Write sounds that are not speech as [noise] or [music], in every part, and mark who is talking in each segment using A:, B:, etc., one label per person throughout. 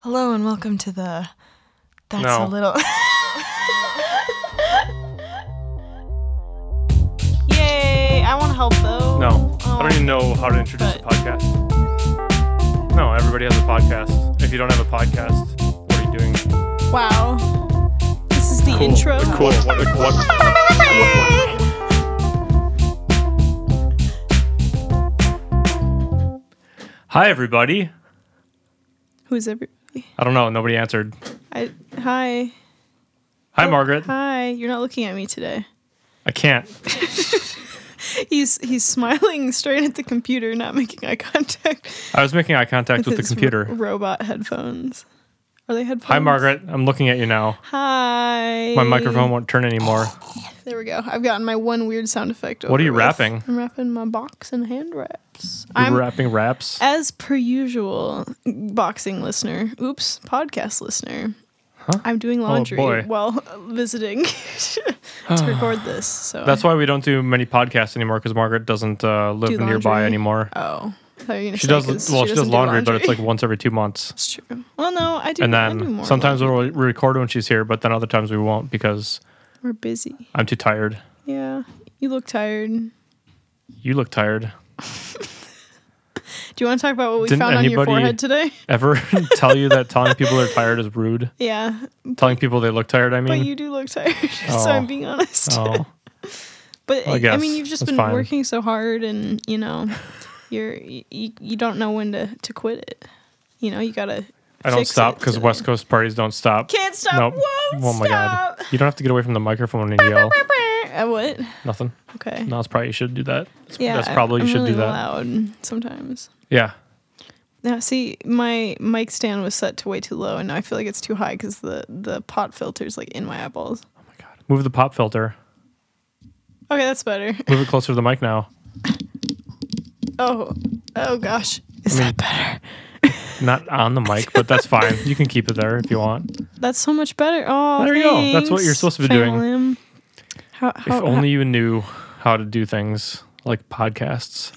A: Hello and welcome to the. That's
B: No.
A: a little. [laughs] Yay! I want to help though.
B: No, I
A: Oh.
B: don't even know how to introduce a
A: But-
B: podcast. No, everybody has a podcast. If you don't have a podcast, what are you doing?
A: Oh, Wow. This is the
B: Cool.
A: intro.
B: Like, cool. What- like, what- Hi, everybody.
A: Who's everybody?
B: I don't know. Nobody answered.
A: I hi.
B: Hi, Margaret.
A: Oh, Hi. You're not looking at me today.
B: I can't.
A: He's he's smiling [laughs] straight at the computer, not making eye contact
B: I was making eye contact with the
A: his ro-
B: computer.
A: robot headphones. Are they headphones?
B: Hi, Margaret. I'm looking at you now.
A: Hi.
B: My microphone won't turn anymore.
A: There we go. I've gotten my one weird sound effect.
B: What are
A: over
B: you
A: with.
B: wrapping?
A: I'm wrapping my box in hand wraps.
B: You're
A: I'm
B: wrapping wraps.
A: as per usual, boxing listener. Oops, podcast listener. I'm doing laundry
B: Oh, boy.
A: while [laughs] visiting
B: [sighs]
A: to record this. So
B: That's why we don't do many podcasts anymore because Margaret doesn't uh, live
A: Do
B: nearby
A: laundry.
B: anymore.
A: oh, I thought you were gonna
B: She
A: say
B: does.
A: 'cause
B: Well, she, does
A: doesn't do
B: laundry, but it's like once every two
A: [laughs]
B: months.
A: it's true. Well, no, I do.
B: and
A: I do
B: then
A: more
B: sometimes
A: laundry.
B: we'll re- record when she's here, but then other times we won't because
A: we're busy.
B: I'm too tired.
A: Yeah, you look tired. Do
B: You look tired.
A: you want to talk about what we
B: Didn't
A: found on your
B: anybody-
A: forehead today? [laughs]
B: Ever [laughs] tell you that telling people they're tired is rude?
A: Yeah,
B: Telling people they look tired, I
A: but
B: mean. [laughs]
A: you do look tired. [laughs] so
B: Oh.
A: I'm being honest. [laughs]
B: oh,
A: But
B: Well, I
A: I,
B: guess
A: mean, you've just
B: that's
A: been
B: fine.
A: working so hard, and you know,
B: [laughs]
A: you're you, you don't know when to to quit it. You know, you gotta.
B: I don't
A: fix
B: stop
A: it
B: because
A: today.
B: West Coast parties don't stop.
A: can't stop.
B: Nope.
A: Won't
B: oh my
A: stop.
B: god! You don't have to get away from the microphone and yell.
A: [laughs] Uh, what?
B: Nothing.
A: Okay.
B: No, it's probably you should do that. That's,
A: yeah,
B: that's probably
A: I'm
B: you should
A: really
B: do that.
A: Loud sometimes.
B: Yeah.
A: Now, see, my mic stand was set to way too low, and now I feel like it's too high because the the pot filter's like in my eyeballs.
B: Oh my god. Move the pop filter.
A: Okay, that's better.
B: Move it closer to the mic now.
A: Oh, oh gosh, is
B: I mean-
A: that better?
B: Not on the mic, but that's fine. You can keep it there if you want.
A: That's so much better. Oh,
B: There you go. That's what you're supposed to be doing.
A: doing. How,
B: If
A: how,
B: only you knew how to do things like podcasts.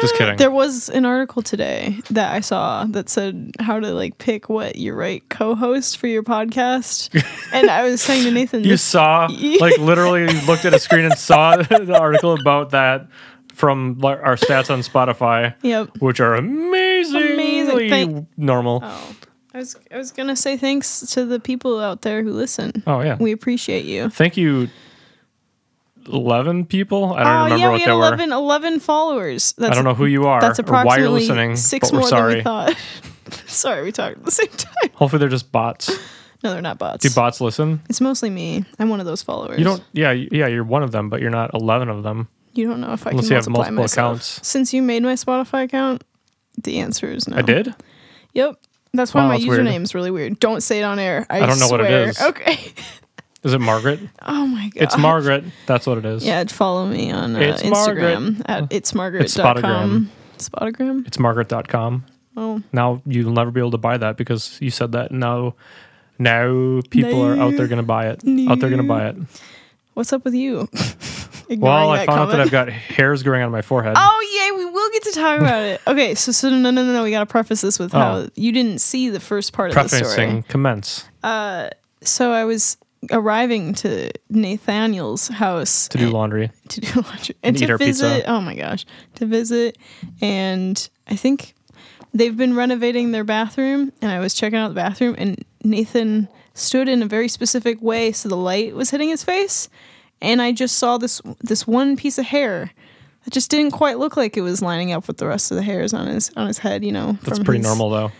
B: Just kidding.
A: There was an article today that I saw that said how to like pick what your right co-host for your podcast,
B: [laughs]
A: and I was saying to Nathan,
B: You
A: this,
B: saw,
A: [laughs]
B: like, literally looked at a screen and saw [laughs] the article about that from like, our stats on Spotify,
A: "Yep."
B: which are amazingly
A: Amazing. Thank-
B: normal.
A: Oh,
B: Oh,
A: I was I was gonna say thanks to the people out there who listen.
B: Oh, yeah.
A: We appreciate you.
B: Thank you, 11 people? I don't
A: Oh
B: remember
A: yeah,
B: what
A: we
B: they
A: had
B: were.
A: 11, 11 followers. That's
B: I don't know who you are
A: That's
B: or why
A: approximately
B: you're listening,
A: six
B: but we're
A: more than we
B: sorry.
A: thought. [laughs] sorry, we talked at the same time. [laughs]
B: Hopefully they're just bots.
A: No, they're not bots.
B: Do bots listen?
A: It's mostly me. I'm one of those followers.
B: You don't, yeah, you- yeah, you're one of them, but you're not 11 of them.
A: You don't know if I
B: Unless
A: can
B: you have
A: multiply
B: multiple
A: myself.
B: accounts.
A: Since you made my Spotify account, the answer is no.
B: I did?
A: Yep. That's why
B: Wow,
A: my
B: that's weird.
A: username's really weird. Don't say it on air. I,
B: I don't know what it
A: swear.
B: is.
A: Okay. [laughs]
B: Is it Margaret?
A: Oh my god.
B: It's Margaret. That's what it is.
A: Yeah, follow me on uh,
B: It's
A: Instagram at it's
B: It's Spotagram.
A: margaret.com. Spotagram.
B: It's margaret.com.
A: Oh,
B: Now you'll never be able to buy that because you said that. Now, now people are out there going to buy it. Out there going to buy it.
A: what's up with you? [laughs] Ignoring
B: Well, I found out that
A: comment.
B: I've got hairs growing out of my forehead.
A: Oh yeah, we will get to talk about
B: [laughs]
A: it. Okay, so so no no no no, we gotta preface this with how
B: Oh.
A: you didn't see the first part of the story.
B: Prefacing commence
A: Uh, So I was arriving to Nathaniel's house
B: to do laundry.
A: [laughs] to do laundry and,
B: And
A: to
B: eat our pizza.
A: visit. Oh my gosh, to visit, and I think they've been renovating their bathroom, and I was checking out the bathroom, and Nathan stood in a very specific way, so the light was hitting his face, and I just saw this this one piece of hair. that just didn't quite look like it was lining up with the rest of the hairs on his on his head, you know.
B: That's
A: from
B: pretty
A: his-
B: normal, though.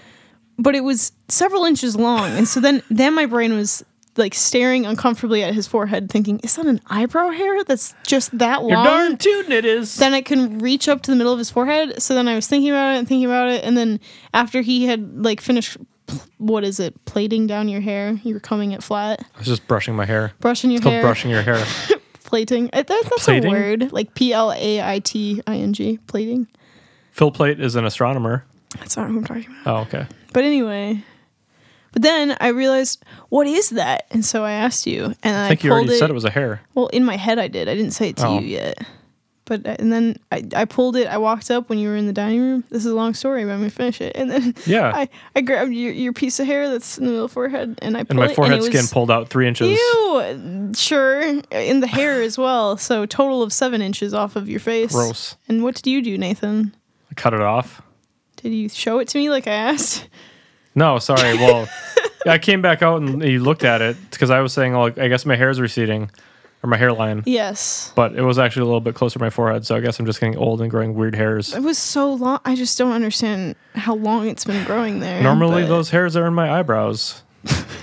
A: but it was several inches long. And so [laughs] then then my brain was like staring uncomfortably at his forehead, thinking, is that an eyebrow hair that's just that long?
B: tootin' it is.
A: Then I can reach up to the middle of his forehead. So then I was thinking about it and thinking about it. And then after he had like finished, pl- what is it, plating down your hair, you were combing it flat,
B: I was just brushing my hair.
A: brushing your
B: It's called
A: hair,
B: brushing your hair.
A: plating. I, that, that's
B: Plating?
A: a word, like P L A I T I N G, plating.
B: Phil Plate is an astronomer.
A: That's not who I'm talking about.
B: Oh, okay.
A: But anyway, but then I realized, what is that? And so I asked you, and I,
B: I think you
A: pulled
B: already
A: it.
B: said it was a hair.
A: Well, in my head, I did. I didn't say it to
B: Oh.
A: you yet. But uh, and then I, I pulled it. I walked up when you were in the dining room. This is a long story, but I'm gonna finish it. And then
B: Yeah.
A: I, I grabbed your, your piece of hair that's in the middle of forehead, and I
B: and
A: pulled
B: my forehead
A: it, and it
B: skin
A: was,
B: pulled out three inches.
A: Ew, sure, in the hair as well. So total of seven inches off of your face.
B: Gross.
A: And what did you do, Nathan?
B: I cut it off.
A: Did you show it to me like I asked?
B: No,
A: [laughs]
B: sorry. Well, I came back out and you looked at it because I was saying, like, I guess my hair's receding or my hairline,
A: Yes.
B: but it was actually a little bit closer to my forehead. So I guess I'm just getting old and growing weird hairs.
A: It was so long. I just don't understand how long it's been growing there.
B: Normally,
A: but-
B: those hairs are in
A: [laughs]
B: my eyebrows.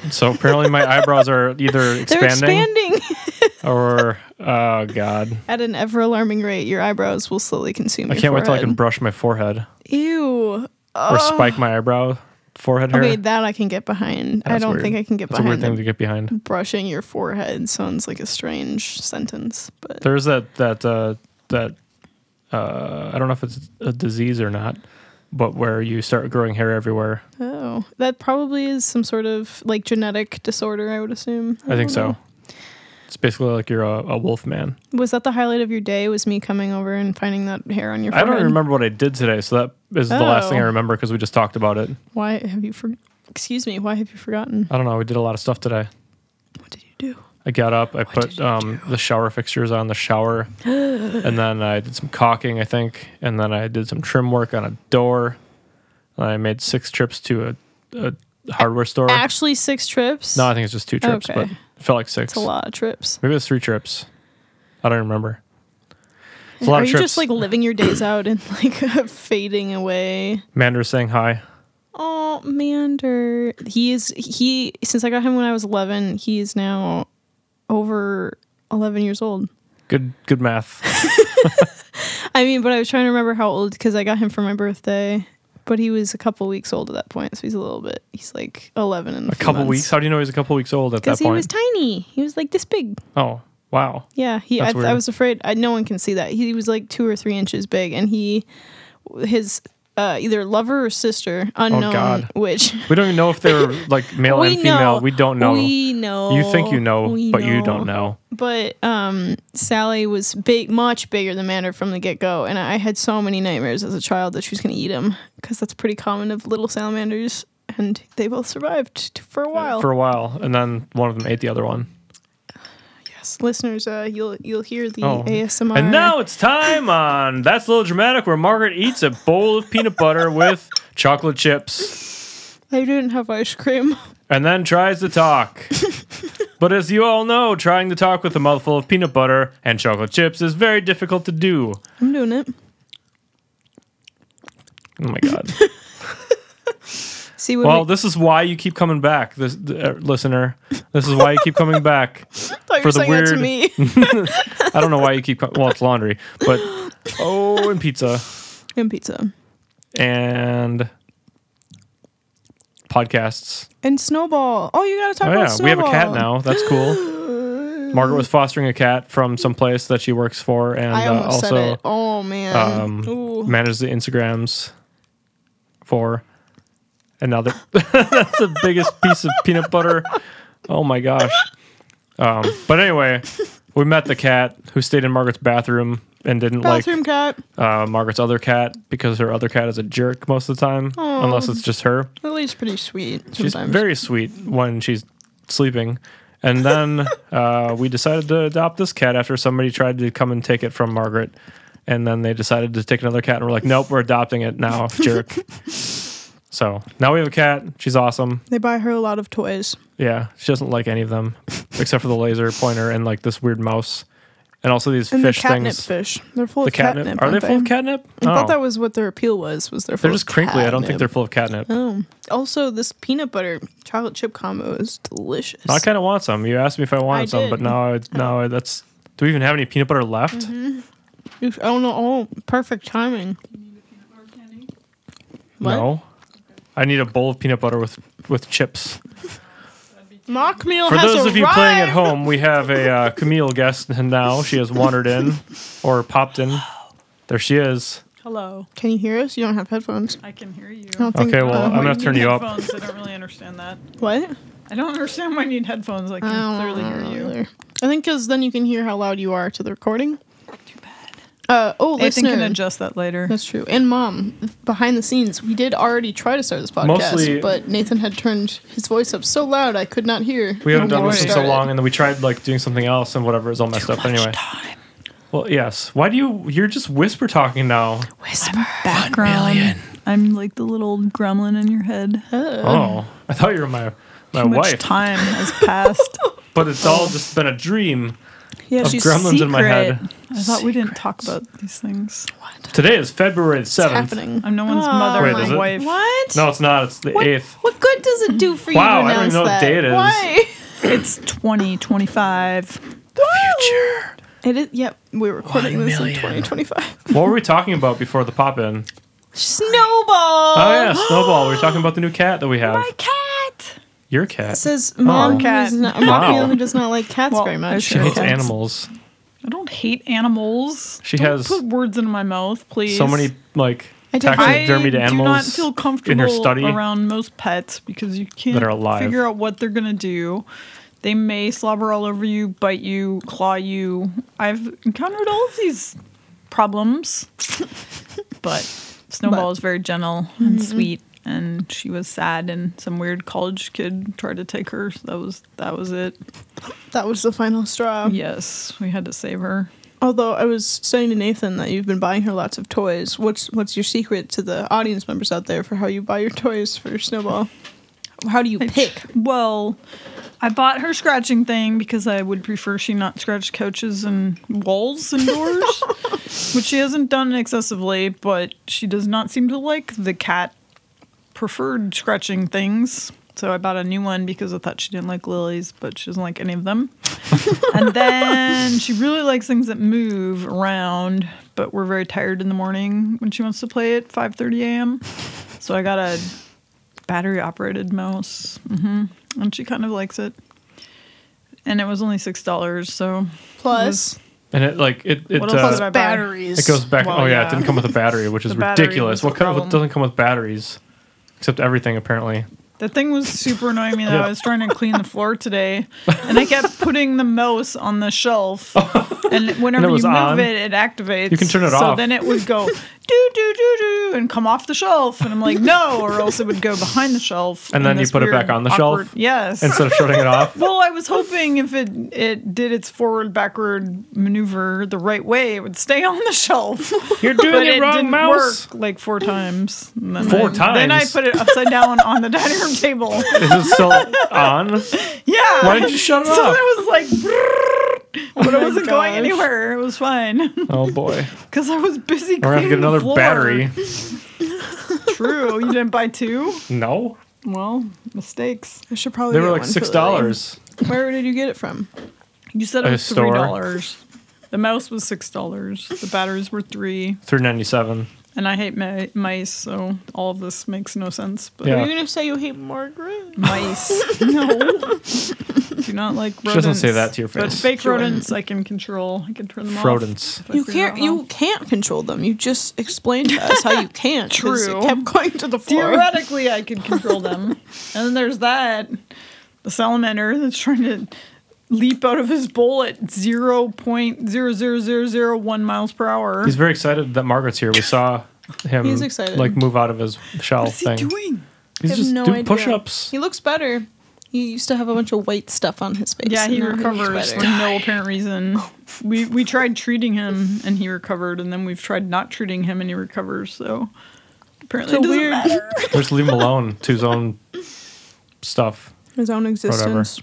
B: so apparently, my eyebrows are either
A: they're
B: expanding,
A: expanding [laughs]
B: or, oh, God.
A: at an ever alarming rate. Your eyebrows will slowly consume.
B: I can't wait till I can brush my forehead
A: Ew.
B: or spike my eyebrow forehead hair.
A: Oh. Okay, that I can get behind. I
B: That's
A: don't
B: weird.
A: think I can get
B: That's a weird
A: behind.
B: thing
A: that
B: to get behind.
A: brushing your forehead sounds like a strange sentence, but
B: There's that that uh, that uh, I don't know if it's a disease or not, but where you start growing hair everywhere.
A: oh, that probably is some sort of like genetic disorder. I would assume.
B: I
A: don't
B: think so.
A: know.
B: It's basically like you're a, a wolf man.
A: Was that the highlight of your day? Was me coming over and finding that hair on your?
B: I
A: Forehead?
B: don't remember what I did today, so that is the last thing I
A: Oh.
B: remember because we just talked about it.
A: Why have you for? Excuse me. Why have you forgotten?
B: I don't know. We did a lot of stuff today.
A: What did you do?
B: I got up. I
A: did
B: put
A: you
B: um, the shower fixtures on
A: [gasps]
B: the shower, and then I did some caulking, I think, and then I did some trim work on a door. And I made six trips to a, a hardware store.
A: Actually, six trips.
B: No, I think it's just two trips,
A: Okay.
B: but it felt like six.
A: it's a lot of trips.
B: Maybe it's three trips. I don't remember. It's a lot
A: Are
B: of
A: you
B: trips.
A: just like living your days out and [laughs] like fading away?
B: Mander's saying hi.
A: Oh, Mander. He is he since I got him when I was 11, he is now over 11 years old.
B: Good,
A: [laughs]
B: good math.
A: I mean, but I was trying to remember how old cuz I got him for my birthday, but he was a couple weeks old at that point, so he's a little bit. He's like 11 and
B: A couple weeks. How do you know he's a couple weeks old at that
A: Cuz he
B: point?
A: was tiny. He was like this big.
B: oh, wow.
A: Yeah, he. I,
B: That's
A: I
B: weird.
A: was afraid. I, no one can see that. He was like two or three inches big, and he, his uh, either lover or sister, unknown,
B: Oh, God.
A: which
B: We don't even know if
A: [laughs]
B: they're like male
A: we
B: and female.
A: know.
B: We don't know.
A: We know.
B: you think you know,
A: We
B: but you don't know.
A: But um, Sally was big, much bigger than Mander from the get go, and I had so many nightmares as a child that she was going to eat him because that's pretty common of little salamanders, and they both survived t- for a while.
B: Uh, For a while, and then one of them ate the other one.
A: yes, listeners, uh, you'll you'll hear the
B: Oh.
A: ASMR.
B: And now it's time on That's a Little Dramatic, where Margaret eats a bowl of peanut butter with chocolate chips.
A: I didn't have ice cream. [laughs]
B: and then tries to talk. but as you all know, trying to talk with a mouthful of peanut butter and chocolate chips is very difficult to do.
A: I'm doing it.
B: Oh my
A: [laughs]
B: god.
A: See what
B: well, this is why you keep coming back, this uh, listener. This is why you keep coming back.
A: thought you
B: for
A: were
B: the
A: saying that to
B: weird-
A: me.
B: [laughs] I don't know why you keep com- well, it's laundry, but oh, and pizza
A: and pizza.
B: and podcasts.
A: And snowball. Oh, you gotta talk
B: Oh
A: about
B: yeah, we
A: snowball.
B: have a cat now. That's cool.
A: [gasps]
B: Margaret was fostering a cat from some place that she works for, and
A: I
B: uh,
A: almost
B: also
A: said it. Oh man.
B: um,
A: Ooh.
B: manages the Instagrams for another. [laughs] That's the biggest piece of peanut butter. Oh my gosh. Um, but anyway, we met the cat who stayed in Margaret's bathroom and didn't
A: Bathroom cat.
B: like uh, Margaret's other cat because her other cat is a jerk most of the time,
A: Aw.
B: unless it's just her.
A: At least pretty sweet
B: She's
A: sometimes.
B: very sweet when she's sleeping. And
A: [laughs]
B: then uh, we decided to adopt this cat after somebody tried to come and take it from Margaret. And then they decided to take another cat and we're like, nope, we're adopting
A: [laughs]
B: it now, jerk. so now we have a cat. She's awesome.
A: they buy her a lot of toys.
B: Yeah, she doesn't like any of them except for the laser pointer and like this weird mouse. And also these
A: And
B: fish
A: the catnip
B: things.
A: fish. They're full
B: The
A: of catnip.
B: catnip. Are they
A: aren't
B: full of catnip?
A: I
B: Oh.
A: thought that was what their appeal was. Was they're full
B: they're just
A: of
B: crinkly. I don't think
A: catnip.
B: they're full of catnip.
A: Oh. Also, this peanut butter chocolate chip combo is delicious.
B: I kind of want some. You asked me if I wanted
A: I
B: some, but
A: did. Oh.
B: now I, now I, that's. Do we even have any peanut butter left?
A: Mm-hmm. I don't know. Oh, perfect timing. What?
B: No. I need a bowl of peanut butter with with chips.
A: Mock meal
B: For
A: has
B: those of you playing at
A: arrived!
B: home, we have a uh, Camille guest [laughs] now. She has wandered in or popped in. There she is.
C: Hello,
A: Can you hear us? You don't have headphones.
C: I can hear you.
A: I don't think.
B: Okay, well,
A: uh,
B: I'm gonna have to turn you up.
C: Headphones, I don't really understand that.
A: What?
C: I don't understand why I need headphones. I
A: I
C: can
A: don't
C: clearly
A: know
C: hear you.
A: either. I think because then you can hear how loud you are to the recording.
C: Too bad.
A: Uh, oh,
C: Nathan can
A: listener.
C: adjust that later.
A: That's true. And mom, behind the scenes, we did already try to start this podcast,
B: Mostly-
A: but Nathan had turned his voice up so loud I could not hear.
B: We haven't done
A: when
B: this in so
A: started.
B: long, and then we tried like doing something else, and whatever is all messed up anyway. Well, yes. Why do you? You're just whisper talking now.
A: Whisper.
C: Background. I'm like the little gremlin in your head.
A: Um.
B: Oh, I thought you were my my
C: Too much
B: wife,
C: time has passed.
B: but it's all just been a dream.
A: Yeah,
B: Of
A: she's
B: gremlins in my head.
C: Secret. I thought we didn't talk about these things.
B: Today is February seventh.
A: happening.
C: I'm no one's mother,
B: Wait,
C: my
B: is it?
C: wife.
A: Oh What?
B: No, it's not. It's the
A: What,
B: eighth.
A: what good does it do for
B: Wow,
A: you
B: I
A: to
B: don't
A: announce
B: even know what
A: that?
B: day it is.
A: Why?
C: It's 20, 25.
A: future. It is. Yep, we're recording this in 2025.
B: What were we talking about before the pop in?
A: Snowball.
B: Oh yeah,
A: [gasps]
B: Snowball. We were talking about the new cat that we have.
C: Uh, My cat.
B: Your cat.
A: says mom, who
C: cat.
A: is not, mom
B: Oh. Wow.
A: who does not like cats
C: Well,
A: very
C: that's
A: much.
B: she [laughs] hates
C: cats.
B: animals.
C: I don't hate animals.
B: She
C: Don't
B: has
C: put words in my mouth, please.
B: So many like
A: I don't-
C: I
B: taxidermy
C: do
B: to animals.
C: not feel comfortable
B: in her study.
C: around most pets because you can't
B: are alive.
C: figure out what they're gonna do. They may slobber all over you, bite you, claw you. I've encountered all of these problems, [laughs] but Snowball
A: But-
C: is very gentle and sweet, and she was sad, and some weird college kid tried to take her. So that was that was it.
A: That was the final straw.
C: Yes, we had to save her.
A: Although I was saying to Nathan that you've been buying her lots of toys. What's what's your secret to the audience members out there for how you buy your toys for Snowball? How do you
C: I
A: pick?
C: tr- well, I bought her scratching thing because I would prefer she not scratch couches and walls and doors, which she hasn't done excessively, but she does not seem to like the cat preferred scratching things. So I bought a new one because I thought she didn't like lilies, but she doesn't like any of them. and then she really likes things that move around, but we're very tired in the morning when she wants to play at 5:30 a.m. So I got a battery operated mouse. hmm And she kind of likes it. And it was only six dollars, so
A: Plus,
B: and it like it it,
C: What else did
B: uh,
C: I buy?
A: batteries.
B: it goes back.
C: Well,
B: oh yeah,
C: yeah.
B: it didn't come with a battery, which is
C: [laughs] The battery was
B: ridiculous.
C: the
B: What kind of,
C: problem.
B: what doesn't come with batteries? Except everything apparently.
C: the thing was super annoying me that
B: Yeah.
C: I was trying to clean the floor today. And I kept putting the mouse on the
B: [laughs]
C: shelf. And whenever you
B: was
C: move
B: on.
C: it, it activates.
B: You can turn it
C: So
B: off.
C: then it would go do do do do and come off the shelf. And I'm like, no, or else it would go behind the shelf.
B: And
C: in
B: then you
C: this
B: put it back
C: weird,
B: on the shelf?
C: awkward- Yes.
B: Instead of shutting it
C: [laughs]
B: off.
C: Well, I was hoping if it it did its forward backward maneuver the right way, it would stay [laughs] on the shelf.
B: You're doing
C: But
B: it, wrong,
C: didn't
B: mouse.
C: work like four times. And then
B: Four
C: I, Then I
B: times?
C: put it upside down on the [laughs] dining room table.
B: Is it still on?
C: Yeah.
B: Why did you shut it
C: [laughs] So
B: off?
C: it was like, brrrr, but it wasn't going
A: gosh.
C: anywhere. It was fine [laughs]
B: Oh boy,
C: because I was busy.
B: we're gonna have to
C: cleaning
B: get
C: the
B: another
C: floor.
B: battery.
C: True. You didn't buy two.
B: No,
C: Well, mistakes.
A: I should probably.
B: they
A: get
B: were like
A: one for
B: six
A: the lady.
B: dollars.
A: Where did you get it from?
C: You said it
B: A
C: was three
B: store.
C: dollars. The mouse was six dollars. The batteries were three.
B: Three ninety seven.
C: And I hate mi- mice, so all of this makes no sense. But
A: Were
B: Yeah.
A: you gonna say you hate Margaret?
C: mice, [laughs] no, do not like. Rodents,
B: She doesn't say that to your
C: But
B: face.
C: fake
A: She wouldn't.
C: rodents, I can control. I can turn them
B: Rodents.
C: off. if I
A: You
C: figure out
A: can't.
C: how.
A: You can't control them. You just explained to us [laughs] how you can't. 'cause
C: True.
A: It kept going to the floor.
C: [laughs] Theoretically, I could control them. [laughs] and then there's that the salamander that's trying to leap out of his bowl at 0.00001 miles per hour.
B: He's very excited that Margaret's here. We
A: [laughs]
B: saw him
A: He's excited.
B: like move out of his shell
C: What's he
B: thing.
C: doing?
B: He's
A: I have
B: just
A: no
B: doing
A: idea.
B: push-ups.
A: He looks better. He used to have a bunch of white stuff on his face.
C: Yeah, he
A: and now looks
C: recovers
A: better.
C: for no apparent reason. We we tried treating him and he recovered, and then we've tried not treating him and he recovers. So apparently,
A: So
C: it doesn't
A: weird.
C: matter.
A: [laughs]
B: Just leave him alone to his own stuff.
A: his own existence.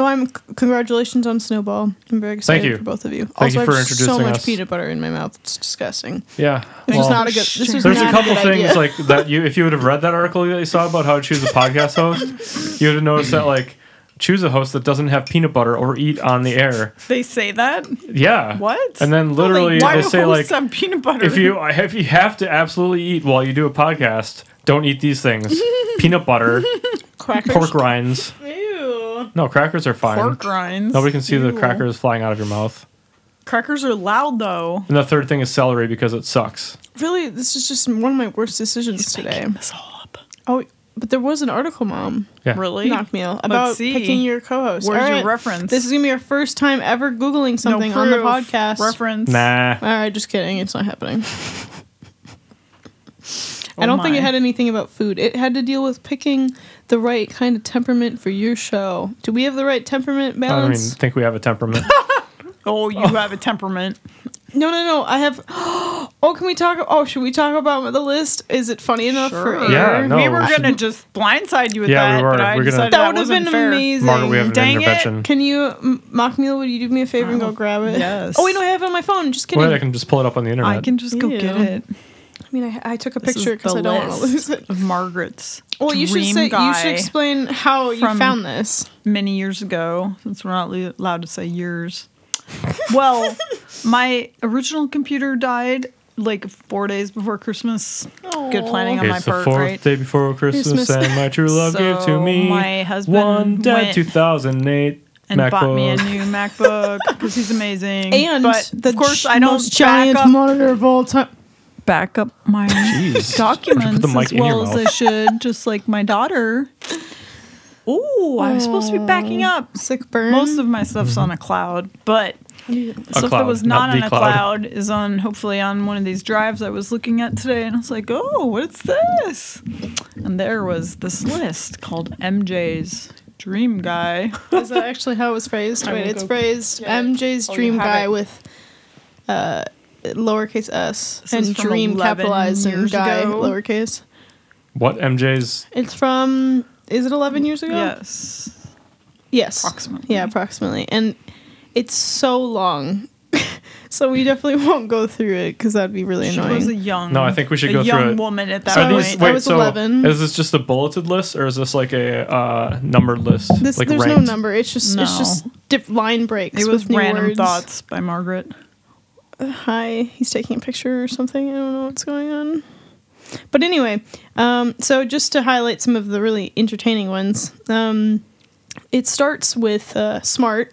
A: Oh, I'm c- congratulations on Snowball. I'm very excited
B: you.
A: for both of you.
B: Thank
A: also,
B: you for
A: I have so
B: introducing
A: much
B: us.
A: peanut butter in my mouth. It's disgusting.
B: Yeah.
A: This
B: well,
A: is not a good. This was
B: there's
A: not
B: a couple
A: good
B: things
A: idea.
B: like that you if you would have read that article that you saw about how to choose a
A: [laughs]
B: podcast host, you would have noticed that like choose a host that doesn't have peanut butter or eat on the air.
C: They say that
B: Yeah.
C: what?
B: And then literally
C: Like, why
B: they
C: do
B: say like
C: hosts have peanut butter?
B: if you if you have to absolutely eat while you do a podcast, don't eat these
C: [laughs]
B: things. peanut butter,
A: crackers.
B: pork rinds.
C: Ew.
B: No, crackers are fine.
C: pork rinds,
B: Nobody can see the
C: Ew.
B: crackers flying out of your mouth.
C: Crackers are loud though.
B: And the third thing is celery because it sucks.
A: Really, this is just one of my worst decisions today.
C: This all up.
A: Oh, But there was an article, Mom,
B: Yeah.
C: Really?
A: knock meal about
C: see.
A: picking your co-host.
C: Where's
A: All
C: your
A: right.
C: reference?
A: This is gonna be our first time ever googling something on the
C: proof.
A: podcast.
C: Reference.
B: Nah.
A: All right, just kidding. It's not happening. I don't think it had anything about food. It had to deal with picking the right kind of temperament for your show. Do we have the right temperament
B: I don't even
A: balance?
B: think we have a temperament.
C: Oh, you have a temperament.
A: no, no, no. I have. [gasps] Oh, can we talk? Oh, should we talk about the list? Is it funny enough for
C: Sure.
A: air?
B: Yeah, no,
C: we were
B: we should-
C: gonna just blindside you with
B: Yeah,
C: that,
B: we were.
C: but I
B: We're gonna-
C: decided
A: That
C: that,
A: would have
C: wasn't
A: been
C: fair.
A: amazing.
B: Margaret, we have an
C: [laughs] Dang it.
B: intervention.
A: Can you, M- Mock Meal, would you do me a favor and go grab it?
C: yes.
A: Oh, wait, no, I have it on my phone. Just kidding.
B: Wait, I can just pull it up on the internet.
C: I can just go get
A: Ew.
C: it.
A: I mean, I, I took a
C: This is
A: picture because
C: the
A: I don't want to
C: list
A: lose it.
C: Of Margaret's.
A: Well, you should
C: dream
A: say you
C: guy
A: should explain how you
C: from-
A: found this.
C: many years ago, since we're not li- allowed to say years. well, my original computer died like four days before Christmas. Good planning on
A: Aw.
C: my
B: It's the
C: part,
B: fourth
C: right?
B: day before Christmas,
A: Christmas.
B: and my true love gave to
C: So
B: me
C: my husband
B: one dead
C: went
B: 2008
C: And
B: MacBook.
C: bought me a new MacBook because he's amazing.
A: And
C: but
A: the
C: of course,
A: gi-
C: I don't
A: most giant
C: back up,
A: monitor of all time.
C: back up my
B: Jeez.
C: documents
B: Put the mic
C: as
B: in your
C: well as I
B: mouth.
C: should, just like my daughter. Ooh, I was supposed to be backing up.
A: Sick burn.
C: [laughs] Most of my stuff's on a cloud, but stuff that
B: cloud,
C: was
B: not
C: not, on
B: the
C: a
B: cloud.
C: cloud is on hopefully on one of these drives I was looking at today, and I was like, oh, what's this? And there was this list called MJ's Dream Guy.
A: Is that actually how it was phrased?
C: I
A: Wait,
C: will
A: it's
C: go-
A: phrased
C: Yeah.
A: MJ's
C: Oh, you
A: dream
C: have
A: guy
C: it.
A: with uh, lowercase s
C: This is
A: and
C: from
A: dream
C: 11
A: capitalized and
C: years
A: guy
C: ago.
A: lowercase.
B: What MJ's?
A: It's from, is it 11 years ago?
C: Yes,
A: Yes.
C: Approximately.
A: Yeah, approximately. And it's so long. [laughs] so we definitely won't go through it because that''d be really
C: she
A: annoying.
C: was a young.
B: No, I think we should
C: a
B: go through
C: young
B: it.
C: woman at that
A: So
B: Are
A: I
C: point.
A: was-
B: these,
A: I
B: wait,
A: was
B: so
A: 11.
B: is this just a bulleted list, or is this like a uh, numbered list?
A: This,
B: like
A: there's
B: ranked?
A: no number. It's just it's
C: No.
A: just dip line breaks.
C: it was
A: with new
C: random
A: words.
C: thoughts by Margaret.
A: Hi, he's taking a picture or something. I don't know what's going on. But anyway, um, so just to highlight some of the really entertaining ones, um, it starts with uh, smart,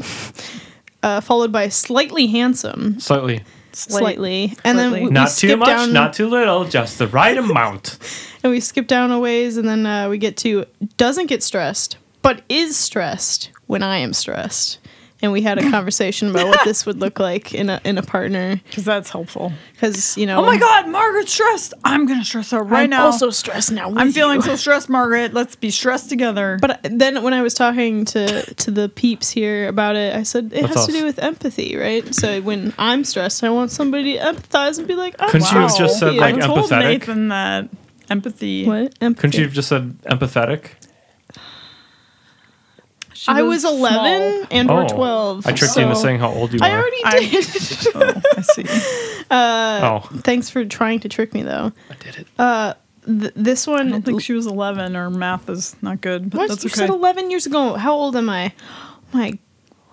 A: [laughs] uh, followed by slightly handsome,
B: Slightly,
A: slightly, and then we,
C: Slightly.
A: we
B: not
A: skip
B: too much,
A: down,
B: not too little, just the right amount.
A: and we skip down a ways, and then uh, we get to doesn't get stressed, but is stressed when I am stressed. And we had a conversation about what this would look like in a in a partner,
C: because that's helpful.
A: because you know.
C: Oh my God, Margaret's stressed. I'm gonna stress out right
A: I'm
C: now.
A: also stressed now.
C: I'm
A: with
C: feeling
A: you.
C: so stressed, Margaret. Let's be stressed together.
A: But then when I was talking to to the peeps here about it, I said it
B: That's
A: has to
B: us.
A: do with empathy, right? So when I'm stressed, I want somebody to empathize and be like, oh,
B: Couldn't you have
A: wow.
B: just said, like,
C: I told
B: empathetic?
C: Nathan that empathy.
A: what? Empathy.
B: Couldn't you have just said empathetic?
C: She
A: I was 11
C: [laughs]
A: and or 12.
B: Oh, I tricked you into
A: so-
B: saying how old you
A: I
B: are.
A: already uh, [laughs]
C: I'm-
A: did.
C: small. Oh, I see.
B: oh,
A: Thanks for trying to trick me though. Uh,
B: I did it.
A: Th- this
C: I
A: one
C: don't think she was 11. Her math is not good, but
A: What?
C: that's
A: you
C: okay.
A: said 11 years ago. How old am I? [gasps] My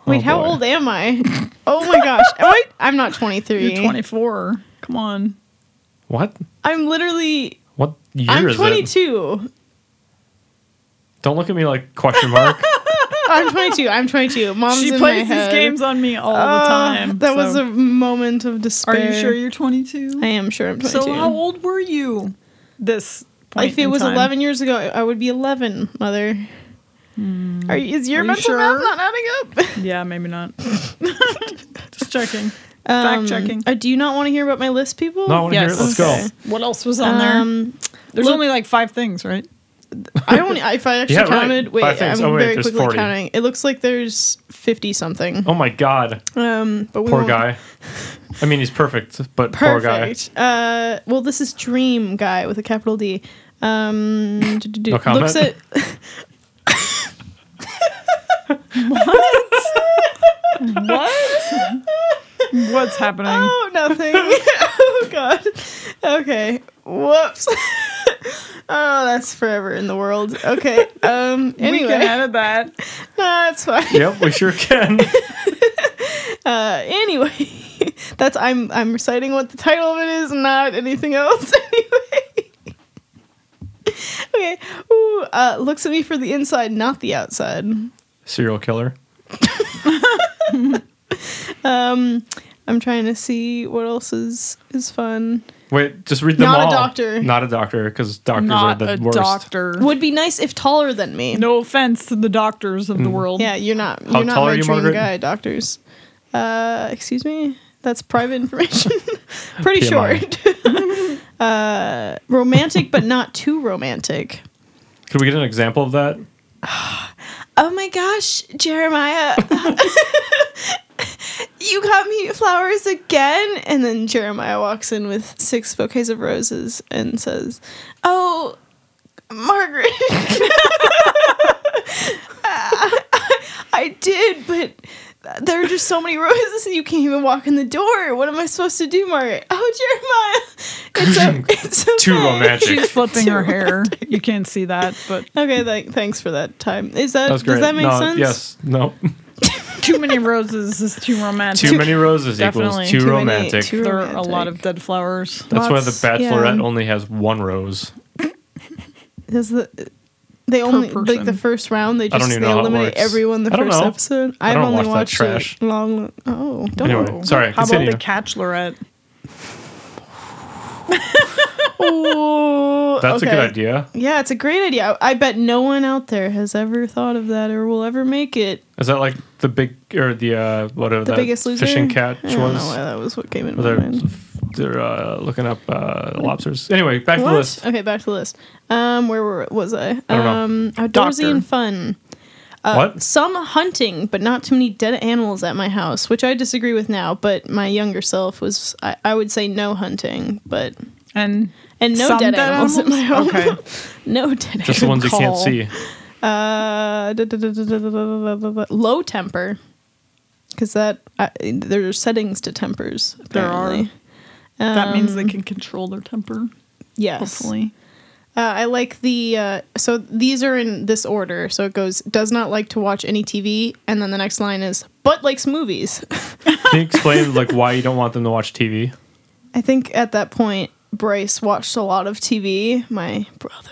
A: Wait, how
B: Oh, boy.
A: old am I?
B: [laughs]
A: Oh my gosh. Wait, I'm not 23.
C: You're 24. Come on.
B: what?
A: I'm literally
B: What year
A: I'm
B: is it?
A: 22.
B: Don't look at me like question mark.
A: [laughs] I'm 22. I'm 22. Mom's
C: she
A: in
C: plays
A: my
C: these
A: head.
C: games on me all
A: Uh,
C: the time.
A: That
C: so-
A: was a moment of
C: Are
A: despair.
C: you sure you're 22?
A: I am sure I'm 22.
C: So how old were you? This. Point
A: if it
C: in
A: was
C: time?
A: 11 years ago, I would be 11, mother. Are you, is your
C: Hmm. Are you
A: mental
C: sure?
A: math not adding
C: [laughs]
A: up?
C: Yeah,
A: [laughs]
C: maybe not. Just checking.
A: Um,
C: Fact checking.
A: I do you not want to hear about my list, people.
B: No, I want to hear
C: Yes.
B: it. Let's
A: Okay.
C: What else was on there?
A: Um,
C: There's
A: look-
C: only like five things, right?
A: I only if
B: [laughs]
A: I actually
B: Yeah, right.
A: counted.
B: Five
A: Wait,
B: things.
A: I'm
B: Oh, wait,
A: very
B: there's
A: quickly
B: 40.
A: counting. It looks like there's 50 something.
B: Oh my god,
A: Um, but we
B: poor
A: won't-
B: guy. I mean, he's perfect, but
A: Perfect. Uh, well, this is Dream Guy with a capital D. Um, [laughs] d- d- d-
B: No comment?
A: Looks
C: [laughs]
A: at.
C: What? [laughs] What's happening?
A: Oh, nothing. [laughs] oh, God. Okay. Whoops. [laughs] oh, that's forever in the world.
C: [laughs]
A: Okay. Um,
C: We can
A: anyway,
C: edit that.
A: [laughs] that's fine.
B: poor guy. Yep, we
A: [laughs]
B: sure can.
A: Uh, anyway, [laughs] that's I'm I'm reciting what the title of it is, not anything else. [laughs] anyway. Okay. Ooh, uh, looks at me for the inside, not the outside.
B: Serial killer.
A: Um, I'm trying to see what else is is fun.
B: Wait, just read them
A: Not a
B: all.
A: doctor.
B: Not a doctor, because doctors
C: Not
B: are
C: a
B: the worst.
C: doctor.
A: Would be nice if taller than me.
C: No offense to the doctors of the
B: Mm.
C: world.
A: Yeah, you're not.
B: How
A: you're not
B: tall are
A: my
B: you,
A: dream
B: Margaret?
A: guy, doctors. Uh, excuse me. That's private information. [laughs] Pretty
B: TMI.
A: short. [laughs] uh, romantic, but not too romantic.
B: Could we get an example of that?
A: Oh my gosh, Jeremiah. [laughs] you got me flowers again? And then Jeremiah walks in with six bouquets of roses and says, Oh, Margaret. [laughs] I did, but there are just so many roses and you can't even walk in the door. What am I supposed to do, Margaret? Oh, Jeremiah. It's, o- it's okay.
B: [laughs] Too romantic.
C: She's flipping
A: [laughs]
C: her hair. You can't see that, but
A: Okay, th- thanks for that time. Is that,
B: That's great.
A: does that make
B: no,
A: sense?
B: Yes. No.
C: too many roses is too romantic.
B: Too many roses
C: Definitely.
B: equals too,
A: Too many-
B: romantic.
A: too
C: there are a
A: romantic.
C: lot of dead flowers.
B: That's why the
A: Lots, yeah.
B: Bachelorette only has one rose.
A: Is the they only like the
C: person.
A: first round they
B: don't
A: just
B: even
A: they
B: know how it
A: eliminate
B: works.
A: everyone the
B: I don't
A: first
B: know.
A: episode.
B: I
A: I've
B: don't
A: only
B: watch that
A: watched it
B: trash.
A: long. Oh, don't.
B: Anyway, sorry.
C: How
B: continue.
C: about the Catchlorette?
A: Ooh, Oh.
B: That's a
A: okay.
B: good idea.
A: Yeah, it's a great idea. I I bet no one out there has ever thought of that or will ever make it.
B: Is that like the big or the uh whatever
A: The
B: that
A: biggest loser.
B: fishing catch
A: I don't know
B: was?
A: why that was what came in
B: Where
A: my
B: they're
A: mind.
B: they're uh, looking up uh, lobsters. Anyway, back to the
A: What?
B: list.
A: Okay, back to the list. Um, where were, was I?
B: I don't know.
A: um, outdoorsy
C: Doctor.
A: and fun. Uh,
B: what?
A: Some hunting, but not too many dead animals at my house, which I disagree with now. But my younger self was, I, I would say, no hunting, but
C: And
A: and no
C: Some
A: dead,
C: dead
A: animals, in my home.
C: animals? Okay.
A: [laughs] no dead
B: Just the
A: animals.
B: ones you can't
C: call.
B: see.
A: Uh, da- da- da- da- da- da- da- da- da- low temper, because that I, there are settings to tempers.
C: There are.
A: Apparently.
C: that means they
A: Um,
C: can control their temper,
A: yes.
C: hopefully.
A: Uh, I like the uh, so these are in this order. So it goes does not like to watch any TV, and then the next line is but likes movies. [laughs]
B: Can you explain like why you don't want them to watch TV?
A: I think at that point, Bryce watched a lot of TV, my brother,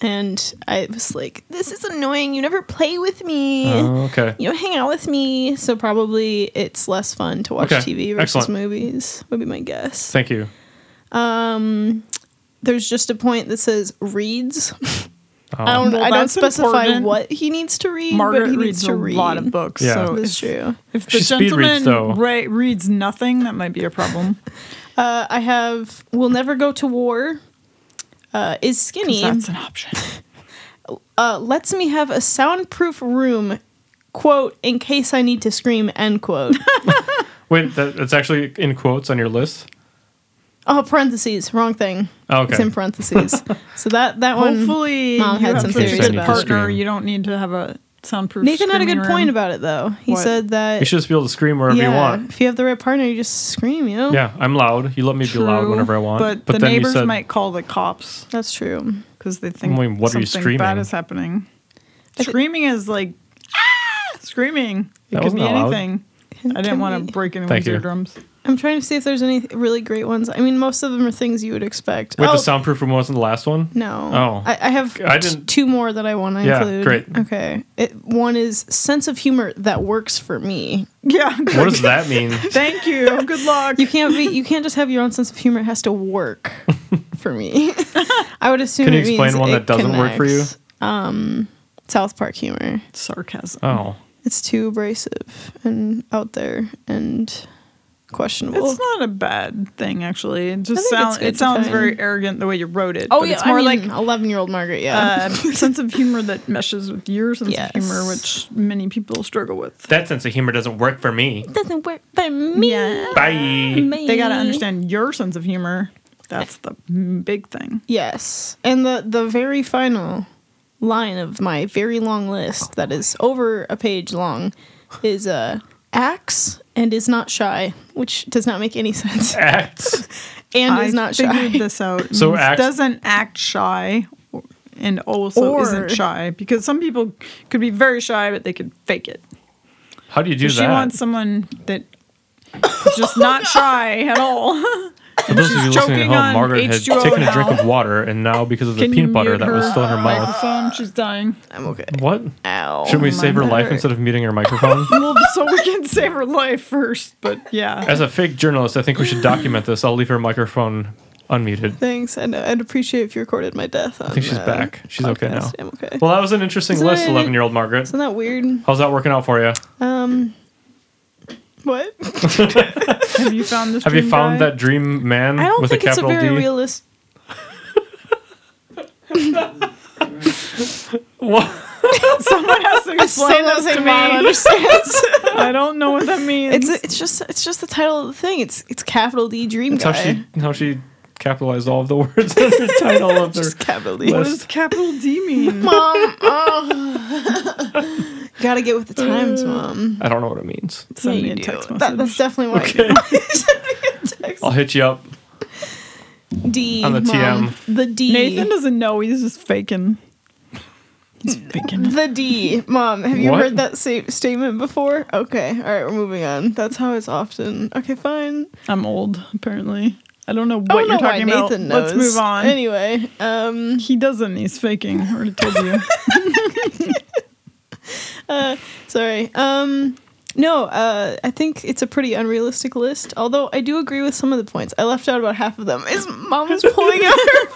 A: and I was like, "This is annoying. You never play with me.
B: Oh, okay.
A: You don't hang out with me." So probably it's less fun to watch
B: Okay,
A: TV versus
B: excellent.
A: movies. Would be my guess.
B: Thank you.
A: There's just a point that says reads.
B: Oh. Um,
A: I don't.
C: Well,
A: I don't
C: that's
A: specify
C: important.
A: what he needs to read, but
C: Margaret
A: he
C: reads
A: needs to
C: a
A: read
C: lot of books,
B: Yeah.
C: so
A: That's
C: if,
A: true.
C: if the
B: She speed
C: gentleman
B: reads, though.
C: re- reads nothing, that might be a problem.
A: Uh, I have "Will Never Go to War." Uh, is skinny.
C: That's an option.
A: Uh, lets me have a soundproof room, quote, in case I need to scream, end quote.
B: [laughs] Wait, that, that's actually in quotes on your list.
A: oh, parentheses, wrong thing.
B: Oh, okay.
A: It's in
B: [laughs]
A: parentheses. so that that one.
C: Hopefully, you
A: Mom had
C: have
A: some
C: such a
A: theories
C: good
A: about it.
C: partner.
B: Scream.
C: You don't need to have a soundproof.
A: Nathan had a good
C: screaming
A: point
C: room.
A: about it though. He
C: What?
A: said that
B: You should just be able to scream wherever
A: yeah,
B: you want.
A: if you have the right partner, you just scream, you know.
B: Yeah, I'm loud. You let me be loud
C: True,
B: whenever I want.
C: But, the
B: then you
C: neighbors
B: said-
C: might call the cops
A: that's true.
C: because they think
B: I mean, what are
C: something
B: you
C: bad
B: screaming?
C: is happening.
A: I thi-
C: Screaming is like ah, screaming. It
B: That
C: could
B: wasn't
C: be
B: that loud.
C: anything. I didn't
A: Can
C: want
A: we-
C: to break anyone's
B: Thank
A: [laughs]
B: you.
C: eardrums.
A: I'm trying to see if there's any really great ones. I mean, most of them are things you would expect.
B: Wait,
A: oh,
B: the soundproof room wasn't the last one.
A: no.
B: Oh.
A: I, I have
B: I
A: t-
B: didn't-
A: two more that I want to
B: Yeah,
A: include.
B: great.
A: Okay. It, one is sense of humor that works for me.
C: Yeah. [laughs]
B: What does that mean?
C: Thank you. Good
A: [laughs]
C: luck.
A: You can't be. You can't just have your own sense of humor. It has to
B: [laughs]
A: work for me. [laughs] I would assume.
B: Can you
A: it
B: explain
A: means
B: one that
A: it
B: doesn't work for you?
A: connects. Um, South Park humor.
C: Sarcasm.
B: Oh,
A: It's too abrasive and out there and questionable.
C: It's not a bad thing, actually. It
A: think
C: just
A: it's
C: sounds.
A: good
C: It
A: to
C: sounds
A: find-
C: very arrogant the way you wrote it.
A: oh
C: but
A: yeah,
C: it's more like
A: eleven-year-old Margaret. Yeah. [laughs]
C: uh, sense of humor that meshes with your sense
A: Yes.
C: of humor, which many people struggle with.
B: that sense of humor doesn't work for me.
A: doesn't work for me.
C: Yeah.
B: Bye.
A: Me.
C: They got to understand your sense of humor. That's the m- big thing.
A: Yes, and the the very final line of my very long list that is over a page long is uh, acts and is not shy, which does not make any
B: [laughs]
A: sense.
B: Acts.
A: And
C: I
A: is not shy.
C: figured this out. It
B: So
C: means
B: act-
C: doesn't act shy, or- and also
A: Or-
C: isn't shy because some people could be very shy, but they could fake it.
B: How do you do
C: She
B: that?
C: wants someone that is
A: [laughs]
C: just not shy at all.
B: For those of you listening at
C: choking
B: home,
C: on
B: Margaret had
C: H2O
B: taken a
C: now.
B: drink of water, and now because of the
C: Can you
B: peanut butter
C: mute
B: that was
C: her
B: still in her mouth.
C: Microphone, she's dying.
A: [laughs] I'm okay.
B: What?
A: Ow.
C: Oh
B: Shouldn't we
A: my
B: save her life
A: hurt.
B: instead of muting her microphone? [laughs]
C: Well, so we can [laughs] save her life first, but yeah.
B: As a fake journalist, I think we should document this. I'll leave her microphone unmuted.
A: Thanks. And I'd appreciate if you recorded my death. On,
B: I think she's
A: uh,
B: back. She's okay now.
A: podcast. I'm okay.
B: Well, that was an interesting
A: Isn't
B: list,
A: it-
B: 11 year old Margaret.
A: Isn't that weird?
B: How's that working out for you?
A: Um,
B: [laughs]
A: what?
C: Have you found this?
B: Have you
C: dream
B: found
C: guy?
B: that dream man
A: I don't
B: with a
A: think it's a
B: capital
A: very
B: D?
A: realist.
B: What?
C: Someone has to
A: Someone
C: explain this to
A: said
C: me.
A: Mom understands.
C: [laughs] I don't know what that means.
A: it's it's just it's just the title of the thing. It's it's capital D dream
B: That's
A: guy.
B: how she how she capitalized all of the words [laughs] in her title of
A: [laughs]
B: her.
A: just capital D.
C: what
B: list.
C: does capital D
A: [laughs]
C: mean?
A: Mom, oh. [laughs] gotta get with the times, mom.
B: I don't know what it means.
A: Yeah,
C: Send me
A: you
C: a
A: do.
C: text
A: That, that's
C: message.
A: definitely why.
B: Okay,
A: You [laughs] send me a text.
C: Oh,
B: I'll hit you up.
A: D
B: On the
A: mom. The D.
C: Nathan doesn't know. He's just faking. He's faking.
A: The D. Mom, have you
B: What?
A: heard that sa- statement before? Okay. All right, we're moving on. That's how it's often. Okay, fine.
C: I'm old, apparently. I don't know what
A: I don't
C: you're
A: know why
C: talking about.
A: Nathan knows.
C: Let's move on.
A: Anyway, um,
C: he doesn't. He's faking. I already told you.
A: sorry. Um, no, uh, I think it's a pretty unrealistic list. Although I do agree with some of the points. I left out about half of them. Is mom is pulling out her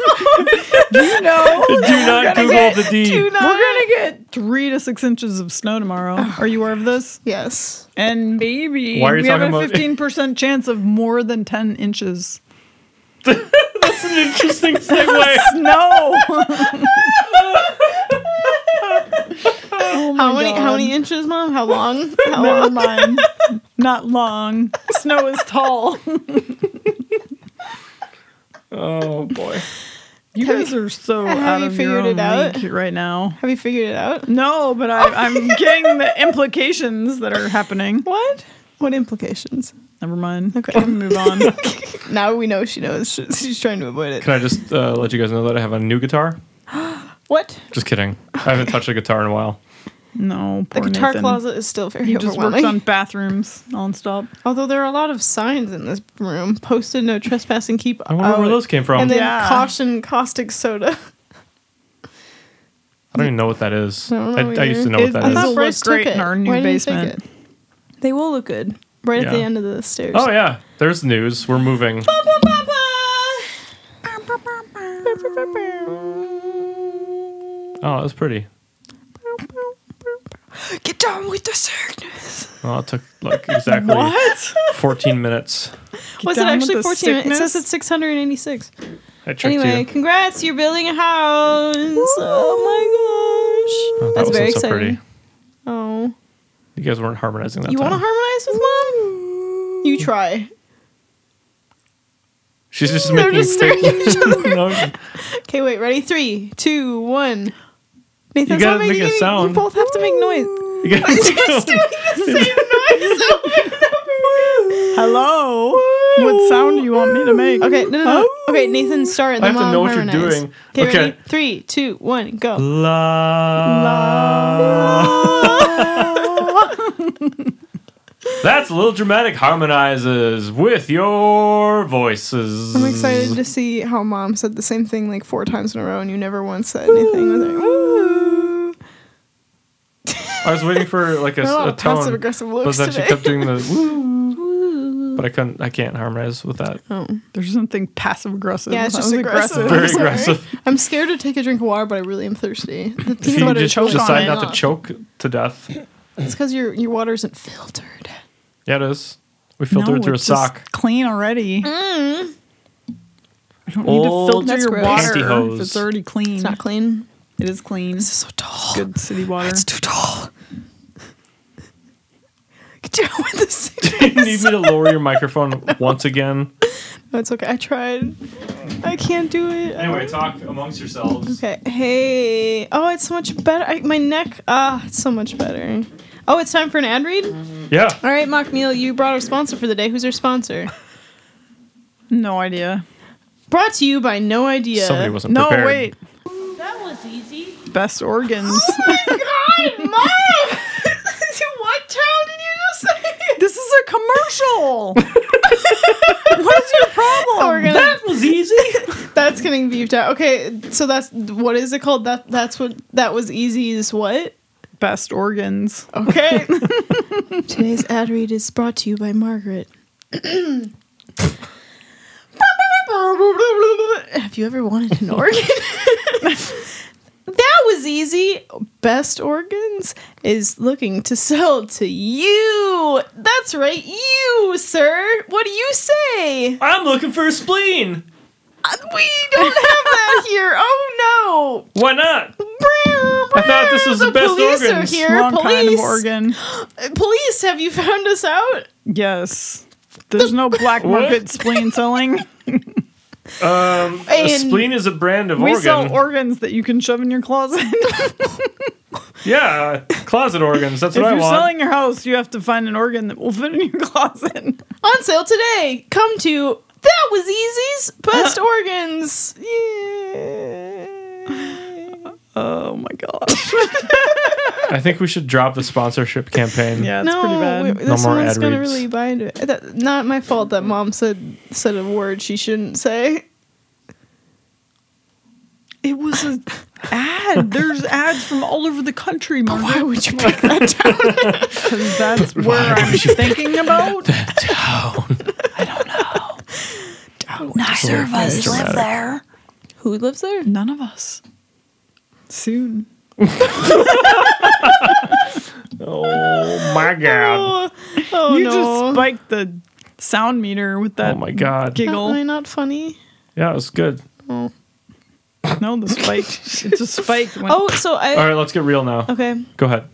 C: you know.
A: [laughs]
B: Do not Google the D.
A: do not.
C: [laughs] We're gonna get three to six inches of snow tomorrow. Are you aware of this?
A: Yes.
C: And maybe
B: Why are you
C: we have
B: talking
C: a
B: about-
C: fifteen percent chance of more than ten inches.
B: That's an interesting
A: [laughs]
B: segue.
C: [laughs] No. Oh my
A: How many? How
C: God.
A: many inches, mom?
B: [laughs]
A: How long? How
C: Never
A: long?
C: mind. Not long. Snow is tall.
B: oh boy.
C: You
A: Have
C: guys are so
A: have
C: out
A: you
C: of your
A: figured
C: own
A: it out?
C: league right now.
A: Have you figured it out?
C: No, but I, I'm getting the implications that are happening.
A: What? What implications?
C: Never mind.
A: Okay.
C: We can move on.
A: Now we know she knows. She- She's trying to avoid it.
B: Can I just uh, let you guys know that I have a new guitar?
A: What?
B: Just kidding. I haven't touched a guitar in a while.
C: No,
A: The
C: poor
A: guitar
C: Nathan.
A: closet is still very
C: He just works
A: overwhelming.
C: on bathrooms nonstop.
A: [laughs] Although there are a lot of signs in this room posted no trespassing, keep
B: I wonder where
A: out,
B: those came from.
A: Oh, and then
C: Yeah.
A: caution caustic soda. [laughs]
B: I don't even know what that is.
A: I don't know
B: I, I used
A: either.
B: to know what
C: It-
B: that
C: I
B: is.
C: thought- will
A: Bryce
C: look great
A: took
C: in
A: it.
C: our new
A: Why didn't he take
C: basement.
A: it? They will look good right at the
B: Yeah.
A: end of the stairs.
B: Oh yeah, there's news.
A: [laughs]
B: We're moving. Oh, that's pretty.
A: Get down with the sickness.
B: Well, it took like exactly 14 minutes.
A: Was it
C: down with
A: actually
C: the
A: 14? It
C: sickness?
A: says it's 686.
B: I tricked
A: Anyway,
B: you.
A: congrats, you're building a house. Oh my gosh.
B: Oh, that
A: That's
B: wasn't
A: very
B: so
A: exciting.
B: pretty.
A: Oh.
B: You guys weren't harmonizing that
A: You
B: time.
A: want to harmonize with mom? You try.
B: She's just
A: They're
B: making
A: just staring at
B: faces. [laughs] No,
A: Okay, wait, ready? Three, two, one. Nathan,
B: You
A: stop
B: gotta make
A: making-
B: a sound.
A: You both have to make noise. [laughs]
B: you [laughs] guys-
C: Hello. what sound do you want me to make?
A: Okay, no, no, no. Okay, Nathan, start. And
B: Oh. I
A: then
B: have to
A: I'll
B: know what you're
A: harmonize.
B: doing.
A: Okay,
B: Okay.
A: ready? Three, two, one, go.
B: La. Uh. That's a little dramatic. Harmonizes with your voices.
A: I'm excited to see how mom said the same thing like four times in a row, and you never once said anything. It was like, "Woo."
B: I was waiting for like a,
A: There are a lot
B: a
A: of passive
B: tone,
A: aggressive
B: but
A: looks
B: then she
A: today.
B: kept doing the woo. But I couldn't. I can't harmonize with that.
C: There's something passive
A: [laughs]
C: aggressive.
A: Yeah, it's
C: That
A: just
C: was
A: aggressive.
B: Very
A: Oh, [laughs] I'm sorry.
B: aggressive.
A: I'm scared to take a drink of water, but I really am thirsty. The
B: If
A: peanut
B: you
A: butter
B: just
A: choke on
B: decide
A: it.
B: not to choke to death.
A: It's because your your water isn't filtered.
B: Yeah, it is. We filter
C: No,
B: it through a
C: it's just
B: sock. [laughs]
C: Clean already. Mm. You don't
B: Old
C: need to filter
A: That's
C: your
A: gross.
C: water
B: pantyhose.
C: if it's already clean.
A: It's not clean.
C: It is clean.
A: It's so tall.
C: Good city water.
A: It's too tall. [laughs] Get down with the
B: you
A: sickness.
B: need [laughs] me to lower your microphone once again.
A: That's okay. I tried. I can't do it.
B: Anyway, talk amongst yourselves.
A: Okay. Hey. Oh, it's so much better. I, my neck. Ah, it's so much better. Oh, it's time for an ad read. All
B: Yeah.
A: right, Mock Meal, you brought our sponsor for the day. Who's our sponsor?
C: No idea.
A: Brought to you by No Idea.
B: Somebody wasn't
C: No,
B: prepared.
C: wait.
D: That was easy.
B: [gasps]
C: Best organs.
A: [laughs] God, Mom! [laughs] what town did you just say? [laughs]
C: this is a
B: [laughs]
C: commercial. what is your problem?
A: We're gonna-
B: was easy.
A: That's getting beeped out. Okay, so that's what is it called? That that's what that was easy is what?
C: [laughs] Best organs.
A: [laughs] Okay. Today's ad read is brought to you by Margaret. Have you ever wanted [laughs] an organ? that was easy. Best Organs is looking to sell to you. That's right, you, sir. What do you say?
B: I'm looking for a spleen.
A: Uh, We don't have that here. Oh no.
B: Why not?
A: I
B: thought this was the best
A: police
B: organs.
A: Are here.
C: Wrong
A: police.
C: kind of organ.
A: Police, have you found us out?
C: Yes. There's no
B: [laughs]
C: black
B: What?
C: market spleen selling.
B: Um, a
A: And
B: spleen is a brand of
C: We
B: organ.
C: sell organs that you can shove in your closet. if
B: yeah, closet organs. That's
C: you're
B: what I want.
C: selling your house, you have to find an organ that will fit in your [laughs] closet.
A: On sale today. Come to That Was Easy's [laughs] Best Organs. Yeah.
C: Oh my gosh.
B: I think we should drop the sponsorship campaign.
C: Yeah, it's
A: no,
C: pretty bad.
A: we- this
B: more
A: one's
B: ad
A: gonna
B: reads.
A: really buy into it. That- not my fault that mom said said a word she shouldn't say.
C: It was an ad. There's ads from all over the country, Margaret.
A: Why would you pick
C: [laughs]
A: that?
C: Because that's where I'm thinking about. Neither of us live there.
A: Who lives there?
C: None of us. Soon.
B: [laughs] Oh my god.
A: Oh, oh
C: you
A: no.
C: just spiked the sound meter with that
B: Oh my god.
C: giggle.
A: Am I not funny?
B: Yeah, it was good.
C: No, the spike. it's a spike.
A: [laughs]
C: When
A: Oh, so I
B: All right, let's get real now.
A: okay.
B: Go ahead.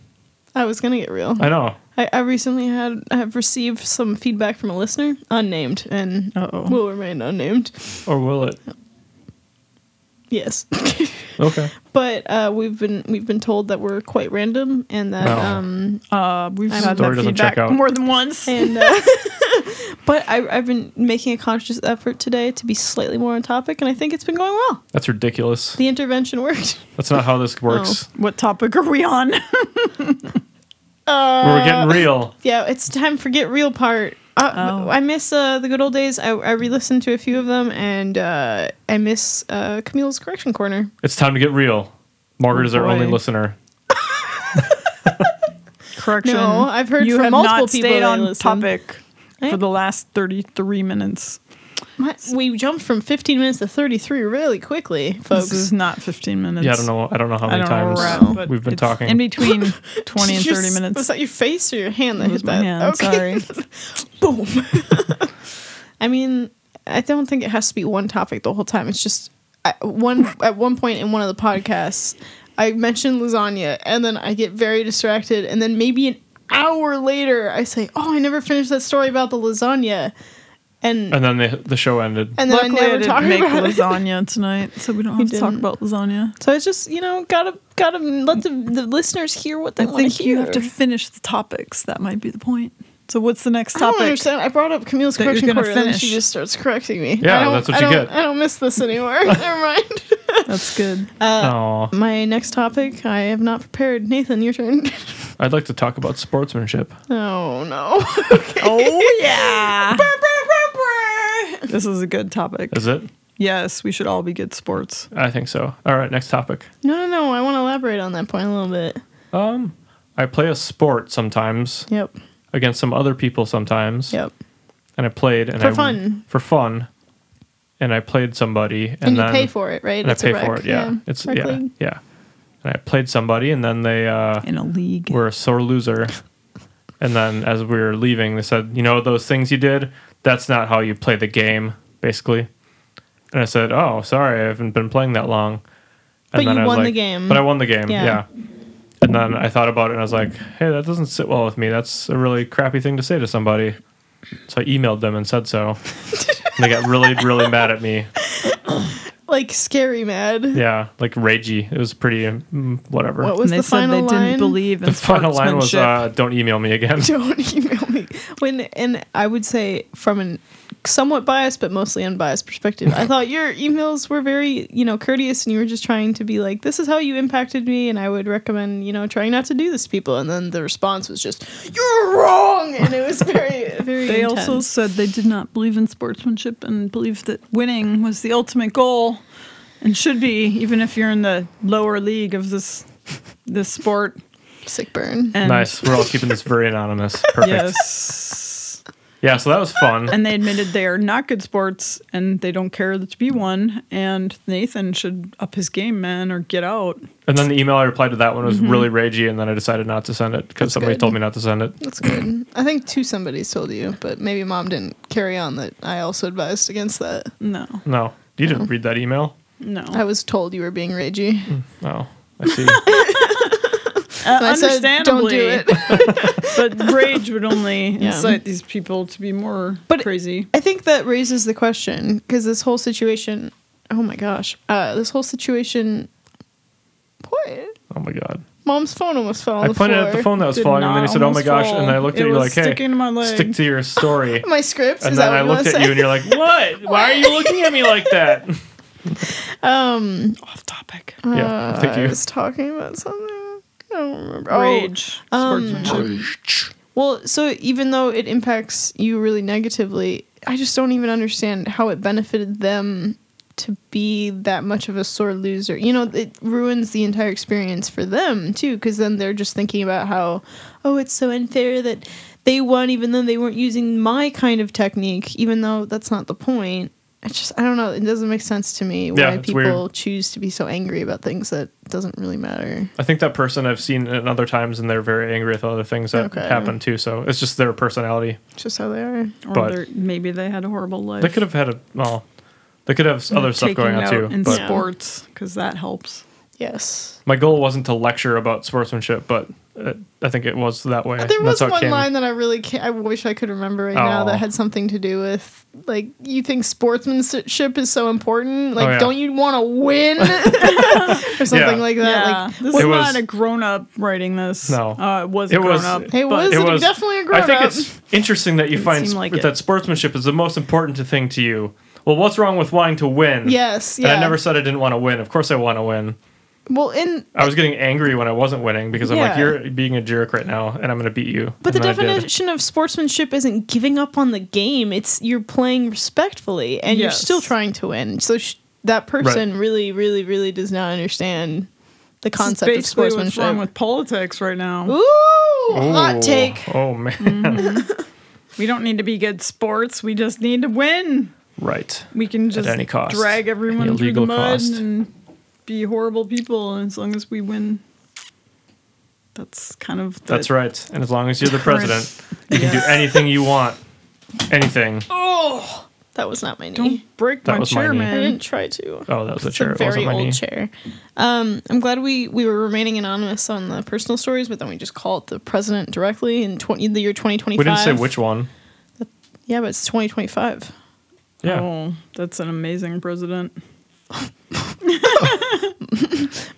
A: I was gonna get real.
B: I know.
A: I, I recently had have received some feedback from a listener, unnamed, and
C: Uh-oh.
A: will remain unnamed.
B: Or will it?
A: Yes, [laughs]
B: Okay.
A: but uh, we've been we've been told that we're quite random and that
B: No.
A: um
C: uh, we've
A: I'm-
C: had
B: Story
C: that
B: doesn't
C: feedback
B: check out.
C: more than once.
A: and uh, [laughs] but I, I've been making a conscious effort today to be slightly more on topic, and I think it's been going well.
B: That's ridiculous.
A: The intervention worked. [laughs]
B: That's not how
C: Oh.
B: this works.
C: What topic are we on?
A: Uh,
B: We're getting real.
A: Yeah, it's time for get real part. Uh,
C: Oh.
A: I miss uh, the good old days. I, I re-listened to a few of them, and uh, I miss uh, Camille's correction corner.
B: It's time to get real. Margaret is our
C: boy.
B: only listener.
C: Correction.
A: No, I've heard
C: you
A: from
C: have
A: multiple
C: not
A: people
C: stayed
A: that
C: on
A: listen.
C: topic
A: I-
C: for the last 33 minutes.
A: My, we jumped from 15 minutes to 33 really quickly, folks.
C: This is not 15 minutes.
B: Yeah, I don't know. I don't know how
C: I
B: many
C: don't know where
B: times
C: we're at, but
B: we've been
C: it's
B: talking.
C: in between
A: [laughs]
C: 20 and
A: Did you
C: 30
A: s-
C: minutes.
A: Was that your face or your hand that
C: It
A: hit
C: was my
A: that?
C: hand, sorry.
A: [laughs] Boom. [laughs] I mean, I don't think it has to be one topic the whole time. It's just I, one at one point in one of the podcasts, I mentioned lasagna, and then I get very distracted, and then maybe an hour later, I say, "Oh, I never finished that story about the lasagna," and
B: and then the, the show ended.
A: and then
C: Luckily,
A: I
C: I
A: never
C: didn't
A: talk
C: make
A: about it.
C: lasagna tonight, so we don't have to talk
A: didn't.
C: about lasagna.
A: So it's just you know gotta gotta let the, the listeners hear what they
C: I
A: want
C: think
A: to hear.
C: you have to finish the topics. That might be the point. So, what's the next
A: I don't
C: topic?
A: understand. I brought up Camille's
C: that you're
A: correction
C: gonna
A: corner, and then she
C: finish.
A: just starts correcting me.
B: Yeah,
A: I don't,
B: that's what
A: I
B: you
A: don't-
B: get.
A: I don't miss this
B: [laughs]
A: anymore. Never mind. [laughs]
C: That's good.
B: Aw.
A: My next topic, I have not prepared. Nathan, your
C: [laughs]
A: turn.
B: I'd like to talk about sportsmanship.
A: oh [laughs] no.
C: oh [laughs] yeah. this is a good topic.
B: Is it?
C: Yes, we should all be good sports.
B: I think so. All right, next topic.
A: no, no, no. I want to elaborate on that point a little bit.
B: Um, I play a sport sometimes
A: Yep.
B: against some other people sometimes.
A: Yep.
B: And I played and
A: For
B: I,
A: fun.
B: For fun. And I played somebody and,
A: And,
B: then
A: you pay for it, right?
B: and I
A: It's a
B: pay
A: rec,
B: for it. Yeah. It's
A: Rec
B: yeah.
A: league.
B: Yeah. And I played somebody and then they uh
C: In a league.
B: were a sore loser. And then as we were leaving, they said, "You know those things you did? That's not how you play the game." Basically. And I said, "Oh, sorry, I haven't been playing that long."
A: But you
B: I
A: won the game.
B: But I won the game.
A: Yeah.
B: Yeah. And then I thought about it and I was like, "Hey, that doesn't sit well with me. That's a really crappy thing to say to somebody." So I emailed them and said so. and they got really,
A: [laughs]
B: really mad at me.
A: Like scary mad.
B: Yeah, like ragey. It was pretty mm, whatever.
A: What was
C: And they
A: the
C: said
A: final
C: they
A: line?
C: didn't believe in
B: the final line was, uh, "Don't email me again."
A: [laughs] don't email me when and i would say from an somewhat biased but mostly unbiased perspective
C: [laughs]
A: i thought your emails were very you know courteous and you were just trying to be like this is how you impacted me and i would recommend you know trying not to do this to people and then the response was just you're wrong and it was
C: [laughs]
A: very very
C: they also
A: intense.
C: said they did not believe in sportsmanship and believed that winning was the ultimate goal and should be, even if you're in the lower league of this this sport.
A: sick burn
C: And [laughs]
B: Nice. We're all keeping this very anonymous. Perfect.
C: Yes.
B: Yeah, so that was fun.
C: and they admitted they are not good sports and they don't care to be one. And Nathan should up his game, man, or get out.
B: And then the email I replied to that one was
C: Mm-hmm.
B: really ragey, and then I decided not to send it because somebody
A: good.
B: told me not to send it.
A: That's good. I think two somebody's told you, but maybe mom didn't carry on that I also advised against that.
C: No,
B: No, you
C: Oh.
B: didn't read that email.
C: no.
A: I was told you were being ragey.
C: Mm.
B: Oh, I
C: [laughs]
B: see.
C: Uh,
A: And I said, don't do it.
C: [laughs] but rage would only
A: [laughs] Yeah.
C: incite these people to be more
A: But-
C: crazy.
A: I think that raises the question because this whole situation, oh my gosh, uh, this whole situation, what?
B: oh my god.
A: Mom's phone almost fell on
B: I
A: the
B: pointed
A: floor.
B: at the phone that was
C: Did
B: falling, and
C: not
B: then he said, "Oh my
C: almost
B: gosh!"
C: fall.
B: And I looked at
C: It
B: you
C: was
B: like, "Hey,
C: sticking to my leg.
B: stick to your
C: [laughs]
B: story."
A: My script.
B: and
A: is
B: then
A: that
B: I
A: what
B: looked
A: you
B: at
A: want to
B: you,
A: say?
B: and you're like, "What? Why are you looking at me like that?"
C: [laughs] Off topic.
B: yeah, I think
A: Uh, I
B: you.
A: was talking about something. I don't remember.
C: Rage.
A: Oh, um,
C: sportsmanship.
A: Well, so even though it impacts you really negatively, I just don't even understand how it benefited them to be that much of a sore loser. You know, it ruins the entire experience for them too, because then they're just thinking about how, oh, it's so unfair that they won even though they weren't using my kind of technique, even though that's not the point. I just I don't know. It doesn't make sense to me why
B: Yeah, it's
A: people
B: weird.
A: choose to be so angry about things that doesn't really matter.
B: I think that person I've seen it other times, and they're very angry with other things that
A: Okay.
B: happen too. So it's just their personality.
A: It's just how they are.
C: Or
B: But-
C: they're- maybe they had a horrible life.
B: They could have had a well. They could have other stuff
C: Taking
B: going on
C: out
B: too.
C: In
B: but
A: Yeah.
C: sports, because that helps.
A: Yes.
B: my goal wasn't to lecture about sportsmanship, but uh, I think it was that way.
A: There
B: and
A: was
B: that's how it
A: one
B: came.
A: line that I really can I wish I could remember right now
B: Oh.
A: that had something to do with like you think sportsmanship is so important, like
B: Oh, yeah.
A: don't you want to
B: [laughs]
A: win [laughs] or something
B: Yeah.
A: like that.
C: Yeah,
A: Like
C: this
B: It
C: is
B: was-
C: not a grown up writing this.
B: No.
C: uh, it was a
B: It
C: grown
B: was-
C: up.
A: it
C: but-
A: was,
B: it was-
A: definitely a grown
B: I think
A: up.
B: it's interesting that you
C: Didn't
B: find
C: seem
B: sp-
C: like it.
B: that sportsmanship is the most important thing to you. Well, what's wrong with wanting to win?
A: yes,
B: And
A: yeah.
B: I never said I didn't want to win. Of course, I want to win.
A: well, in
B: I was getting angry when I wasn't winning because I'm like,
A: Yeah.
B: you're being a jerk right now, and I'm going to beat you.
A: but the
B: And then I did.
A: definition of sportsmanship isn't giving up on the game. It's you're playing respectfully and you're
C: Yes.
A: still trying to win. So sh- that person really, really, really does not understand the
C: This is
A: concept of
C: basically
A: sportsmanship.
C: what's wrong with politics right now.
A: Ooh, hot
B: Ooh.
A: take. Mm.
B: Oh man,
C: We don't need to be good sports. We just need to win.
B: right.
C: We can just
B: any cost.
C: drag everyone
B: Any
C: through the
B: illegal
C: mud
B: cost.
C: and be horrible people. And as long as we win, that's kind of the,
B: That's right. And as long as you're the
C: Current-
B: president, you can do anything you want. Anything.
A: Oh, that was not my knee.
C: Don't break
B: That
C: my
B: was my
C: chair,
B: knee.
A: I didn't
C: man.
A: try to.
B: Oh, that was a
A: It's a
B: chair. It
A: very
B: wasn't my
A: old
B: knee.
A: chair. Um, I'm glad we we were remaining anonymous on the personal stories, but then we just called the president directly in 20, the year 2025.
B: We didn't say which one.
A: Yeah, but it's 2025.
B: Yeah.
C: Oh, that's an amazing president.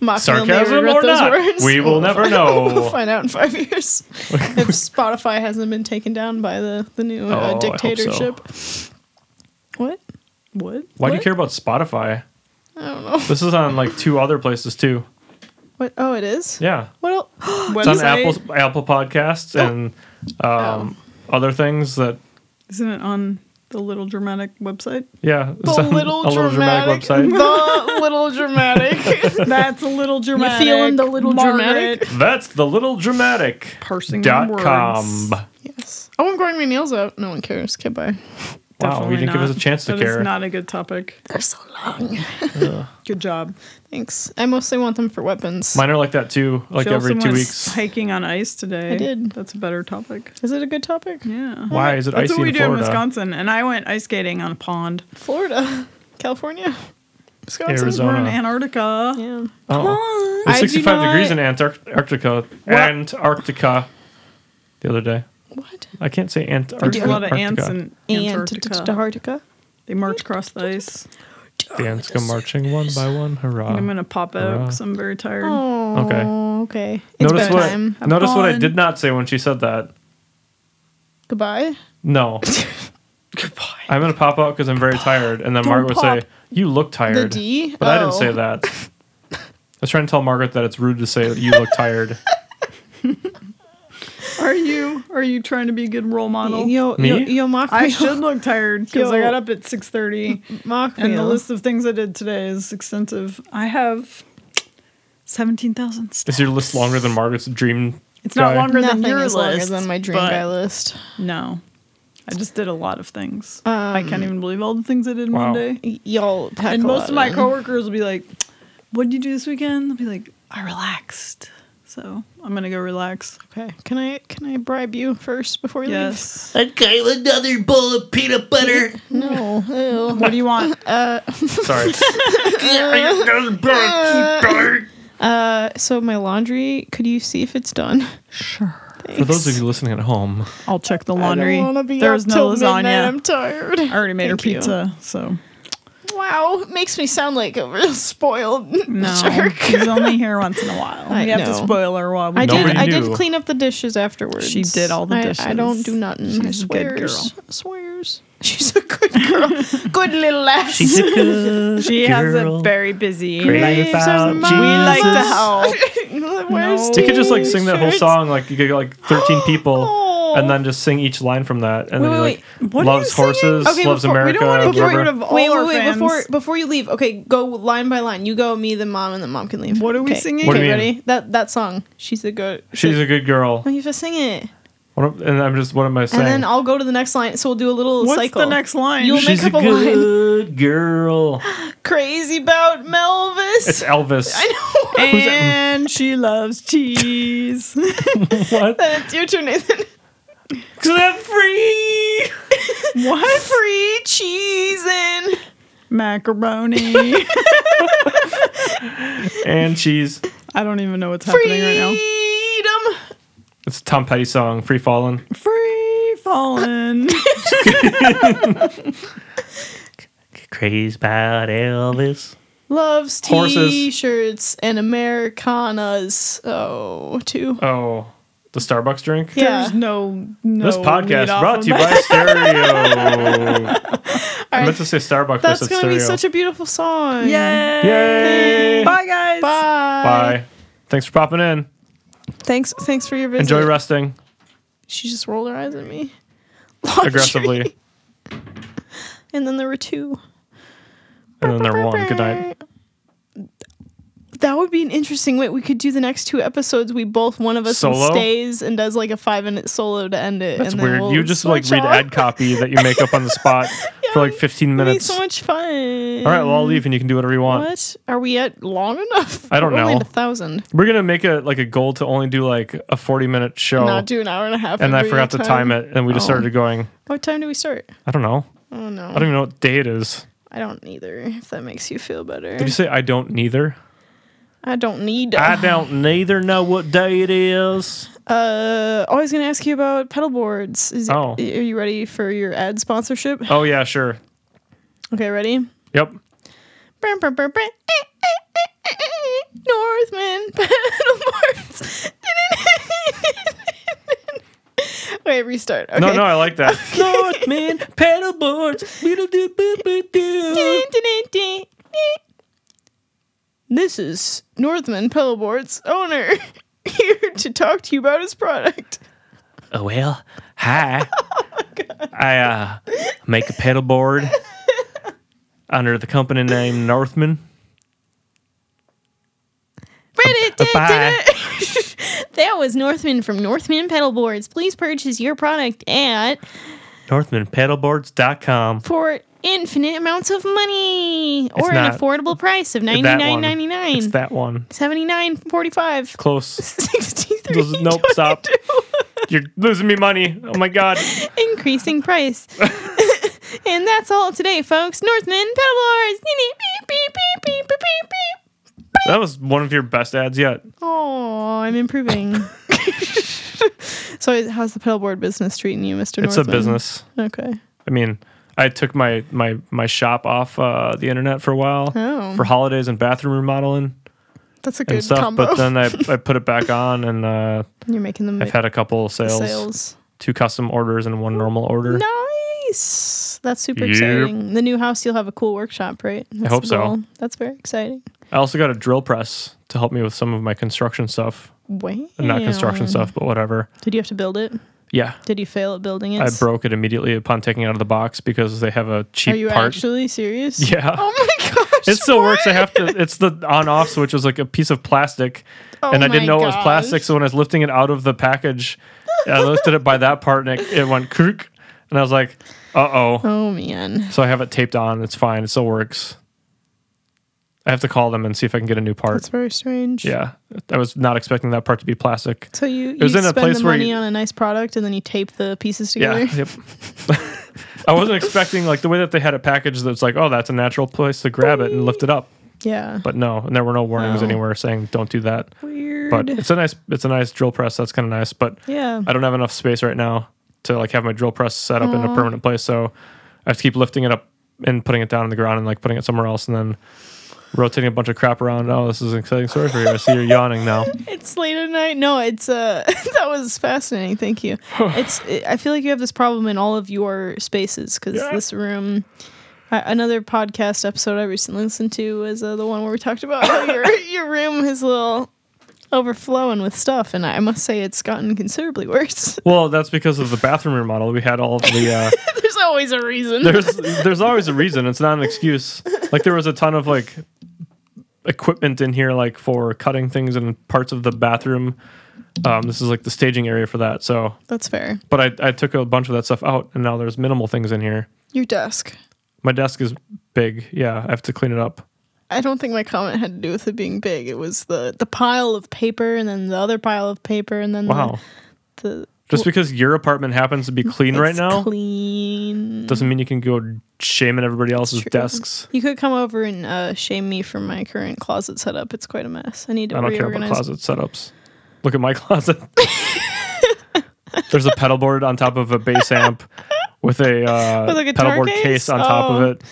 A: Mock will never
B: Sarcasm
A: regret
B: or
A: those
B: not,
A: words.
B: we
A: [laughs]
B: will never
A: find-
B: know.
A: we'll find out in five
B: [laughs]
A: years if Spotify hasn't been taken down by the the new
B: Oh, I
A: uh,
B: hope so.
A: dictatorship. What?
C: What?
B: Why do you
C: What?
B: care about Spotify?
A: I don't know.
B: This is on like two other places too.
A: What? Oh, it is.
B: Yeah.
A: What? el-
B: It's on
C: Website?
B: Apple Apple Podcasts and um, other things that
C: Isn't it on the Little Dramatic website? [laughs]
B: yeah.
A: [laughs] The
B: it's on
A: little,
B: a little dramatic,
A: [laughs]
B: website.
A: The little
B: [laughs]
A: dramatic.
C: That's a little dramatic.
A: feeling the little dramatic?
B: That's the little dramatic
C: Parsing
B: dot
C: words.
B: com.
A: Yes. Oh, I'm growing my nails out. No one cares. Okay, bye.
B: Wow, we
C: Definitely
B: didn't give us
C: not.
B: a chance to
C: That is
B: care.
C: not a good topic.
A: They're so long.
C: Good job.
A: Thanks. I mostly want them for weapons.
B: Mine are like that too. Like
C: She also
B: every two
C: went
B: weeks.
C: Hiking on ice today.
A: I did.
C: That's a better topic.
A: Is it a good topic?
C: Yeah.
B: Why is it
C: That's
B: icy
C: what we
B: in
C: do
B: Florida?
C: in Wisconsin. And I went ice skating on a pond.
A: Florida, California, Wisconsin.
B: Arizona.
C: We're in Antarctica.
A: Yeah.
B: Oh.
C: Come
B: It was
A: I do
B: 65
A: not-
B: degrees in Antarctica. Antarctica. The other day.
A: What?
B: I can't say
C: on. There's
B: Antarctica.
C: a lot of ants
B: Antarctica.
C: in
A: And
C: Antarctica.
A: Antarctica.
C: They march across the ice.
B: The ants go marching one by one. Hurrah.
C: I'm going to pop out
B: hurrah.
C: because I'm very tired.
A: Oh.
B: Okay.
A: Okay. It's
B: notice what, I,
A: bedtime.
C: Have
B: notice what I
C: fun.
B: did not say when she said that.
A: Goodbye.
B: No.
C: [laughs] Goodbye.
B: I'm going to pop out because I'm very tired. And then Margaret would say,
A: pop.
B: You look
A: The
B: tired.
A: D.
B: But I didn't
A: Oh.
B: say that.
C: [laughs]
B: I was trying to tell Margaret that it's rude to say that you look tired.
C: Are you are you trying to be a good role model?
A: Yo,
B: Me?
A: yo, yo, mock
C: I
A: me.
C: should look tired because I
A: Yo.
C: got up at
A: [laughs]
C: 6:30.
A: mock me.
C: And the list of things I did today is extensive. I have 17,000
A: [laughs]
C: steps.
B: Is your list longer than Margaret's dream?
C: It's not
B: guy?
C: longer
A: Nothing
C: than your
A: is
C: list.
A: longer than my dream
C: but
A: guy list.
C: No. I just did a lot of things.
A: Um,
C: I can't even believe all the things I did in
B: Wow.
C: one day.
A: Y- y'all pack
C: And
A: a
C: most
A: lot
C: of my
A: in.
C: coworkers will be like, "What did you do this weekend?" I'll be like, "I relaxed." So I'm gonna go relax.
A: Okay. Can I can I bribe you first before we [laughs]
C: Yes.
E: I'd Kyle another bowl of peanut butter.
A: leave? No. Ew.
C: What do you want?
B: Sorry.
E: another bowl of peanut butter.
A: [laughs] Uh, so my laundry. Could you see if it's done?
C: Sure.
B: For those of you listening at home,
C: I'll check the
A: I
C: laundry.
A: don't wanna be
C: There
A: up
C: was no
A: till midnight,
C: lasagna.
A: I'm tired.
C: I already made
A: Thank
C: her
A: you.
C: pizza, so
A: Wow, makes me sound like a real spoiled
C: no.
A: [laughs]
C: [laughs]
A: jerk.
C: She's only here once in a while.
A: I
C: we have to
A: know.
C: spoil her while we
A: I did.
B: Nobody
A: I did
B: knew.
A: clean up the dishes afterwards.
C: She did all the
A: I- I,
C: dishes.
A: don't do nothing. I
C: She's a good girl.
A: swears. Swears. [laughs] She's a good girl. good little lass.
E: She's
A: [laughs]
E: a good
C: She has
E: girl.
C: it very busy.
E: Great.
C: Like,
E: Like,
A: Leaves
E: about
A: of
E: Jesus.
A: mine.
C: we like to
E: Jesus.
A: [laughs]
C: help.
A: Where's
C: No.
B: you could just like sing that whole
A: t-shirts?
B: song. Like you could get like
C: [gasps]
B: 13 people
A: Oh.
B: and then just sing each line from that. And then
A: Wait,
B: you're
A: wait,
B: like,
C: What are
B: loves
C: you singing?
B: horses,
A: Okay,
B: loves
A: before-
C: we
B: America.
C: don't want to get
B: whatever.
C: rid of all
A: wait,
C: our
A: wait, wait!
C: fans.
A: Before before you leave, okay, go line by line. You go me, then mom, and then mom can leave.
C: What are we
A: Okay.
C: singing?
B: What do
A: Okay,
B: you mean?
A: ready? That that song. She's a good.
B: She's a good girl.
A: No, you have to sing it,
B: What am- and I'm just, what am I saying?
A: and then I'll go to the next line. So we'll do a little
C: What's
A: cycle.
C: the next line?
A: You'll make
B: She's a
A: up a line.
B: good
C: [gasps]
B: girl.
A: Crazy about Melvis.
B: It's Elvis.
A: [laughs] I
B: [laughs]
A: know.
C: and she loves cheese.
B: [laughs] What?
A: That's your turn, Nathan. [laughs]
B: Clip free.
C: [laughs] what?
A: Free cheese and
C: Macaroni.
B: And cheese.
C: [laughs] I don't even know what's happening right now.
A: freedom.
B: It's a Tom Petty song, Free Fallen.
C: Free falling.
E: Crazy about Elvis.
A: Loves
B: Horses.
A: t-shirts and Americanas. Oh, too.
B: Oh, the Starbucks
A: [laughs]
B: drink?
A: Yeah.
C: There's no no.
B: This podcast
C: lead off
B: brought
C: of
B: to you
C: that.
B: by Stereo.
C: [laughs]
B: I meant to say Starbucks, but
A: That's
B: it's
A: gonna
B: Stereo.
A: be such a beautiful song.
C: Yay!
B: Yay!
C: Bye guys.
A: Bye.
B: Bye. Thanks for popping in.
A: Thanks. Thanks for your visit.
B: Enjoy resting
A: She just rolled her eyes at me. [laughs] Laundry.
B: aggressively.
A: [laughs] And then there were two.
B: And then they're one. Good night.
A: That would be an interesting way. We could do the next two episodes. We both, one of us
B: Solo?
A: stays and does like a five minute solo to end it.
B: That's
A: and then
B: weird.
A: we'll
B: you just like
A: switch
B: read
A: off.
B: ad copy that you make up on the [laughs] spot for like 15
A: It'd be
B: minutes.
A: so much fun.
B: All right, well, I'll leave and you can do whatever you want.
A: What are we at? Long enough?
B: I don't
A: We're Only
B: know.
A: at a thousand.
B: We're going to make a like a goal to only do like a 40 minute show.
A: Not do an hour and a half.
B: Oh. and I
A: every
B: forgot to time it, and we just
A: Oh.
B: started going.
A: What time do we start?
B: I don't know.
A: Oh no,
B: I don't even know what day it is.
A: I don't either. If that makes you feel better,
B: Did you say I don't neither?
A: I don't need.
B: I don't neither know what day it is.
A: Uh, oh, I was gonna ask you about pedal boards. Is
B: Oh.
A: are you ready for your ad sponsorship?
B: Oh yeah, sure.
A: Okay, ready.
B: Yep.
A: Brum, [laughs] brum, brum, brum. Eh, eh, eh, eh, eh. Northman pedal boards. Wait, restart. Okay.
B: No, no, I like [laughs] that.
E: Northman pedal boards. Beetle doo boo boo doo.
A: This is Northman pedal boards owner [laughs] here to talk to you about his product.
E: Oh well.
A: [laughs]
E: Hi.
A: Oh,
E: I uh make a pedal board
B: Under the company name Northman.
E: Bye.
A: [laughs] That was Northman from Northman Pedal Boards. Please purchase your product at
B: NorthmanPedalboards.com.
A: for infinite amounts of money or an
B: not-
A: affordable price of ninety
B: that
A: nine
B: one.
A: ninety
B: It's
A: nine.
B: that one.
A: Seventy nine forty
B: [laughs]
A: five.
B: Close.
A: Sixty
B: Those-
A: three.
B: nope, stop. You're losing me money. Oh my god.
A: [laughs] increasing
B: [laughs]
A: price. and that's all today, folks. Northman pedal boards.
B: That was one of your best ads yet.
A: Oh, I'm
B: [laughs]
A: improving. so, how's the pedal board business treating you, Mister?
B: It's a business.
A: Okay.
B: I mean, I took my my my shop off uh, the internet for a while
A: Oh.
B: for holidays and bathroom remodeling
A: That's a
B: and
A: good
B: stuff,
A: combo.
B: but then I,
A: [laughs]
B: I put it back on and uh,
A: You're making them
B: I've had a couple sales,
A: sales.
B: two custom orders and one normal order.
A: Nice. That's super
B: Yep.
A: exciting. The new house, you'll have a cool workshop, right? That's
B: hope
A: the
B: so.
A: goal. That's very exciting.
B: I also got a drill press to help me with some of my construction stuff.
A: Wow.
B: Not construction stuff, but whatever.
A: Did you have to build it?
B: Yeah.
A: Did you fail at building it?
B: I broke it immediately upon taking it out of the box because they have a cheap
A: Are you
B: part.
A: actually serious?
B: [laughs] Yeah.
A: [laughs] Oh my gosh.
B: it still works. I
A: what?
B: have to. It's the on-off switch was like a piece of plastic,
A: Oh
B: and I
A: my
B: didn't know it was
A: gosh.
B: plastic. So when I was lifting it out of the package, I lifted it by that part, and it, it went crook. And I was like, uh oh.
A: Oh man.
B: So I have it taped on. It's fine. It still works. I have to call them and see if I can get a new part.
A: That's very strange.
B: yeah. I was not expecting that part to be plastic.
A: So you, you
B: was in a
A: spend
B: place
A: the
B: where
A: money
B: you-
A: on a nice product and then you tape the pieces
B: Yeah.
A: together. [laughs]
B: Yep. [laughs] I wasn't expecting like the way that they had it packaged that's like, oh, that's a natural place to grab it and lift it up.
A: Yeah.
B: But no, and there were no warnings
A: Oh.
B: anywhere saying don't do that.
A: Weird.
B: But it's a nice it's a nice drill press. That's kind of nice, but
A: yeah.
B: I don't have enough space right now to like have my drill press set up in a permanent place. So I have to keep lifting it up and putting it down on the ground and like putting it somewhere else and then rotating a bunch of crap around. Oh, this is an exciting story for you. I see you're yawning now.
A: It's late at night. No, it's uh [laughs] that was fascinating. Thank
B: [sighs]
A: you. it's it, I feel like you have this problem in all of your spaces cuz
B: Yeah.
A: this room I, another podcast episode I recently listened to was uh, the one where we talked about how
B: [laughs]
A: your your room is a little overflowing with stuff and I must say it's gotten considerably [laughs] worse.
B: Well, that's because of the bathroom remodel. We had all of the uh
A: There's always a reason.
B: there's there's always a reason. It's not an excuse. Like there was a ton of like equipment in here, like for cutting things and parts of the bathroom. Um, this is like the staging area for that. So,
A: That's fair.
B: but I, I took a bunch of that stuff out, and now there's minimal things in here.
A: Your desk.
B: My desk is big. Yeah, I have to clean it up.
A: I don't think my comment had to do with it being big. It was the the pile of paper and then the other pile of paper and then
B: Wow.
A: the, the
B: Just because your apartment happens to be clean right
A: it's
B: now
A: clean.
B: doesn't mean you can go shaming everybody else's
A: true.
B: desks.
A: You could come over and uh, shame me for my current closet setup. It's quite a mess. I need to
B: I don't care about
A: reorganize.
B: closet setups. Look at my [laughs] closet. There's a pedal board on top of a bass amp with a, uh,
A: [laughs] With, like, a
B: pedal
A: guitar
B: board
A: case?
B: case, on top
A: Oh.
B: of it,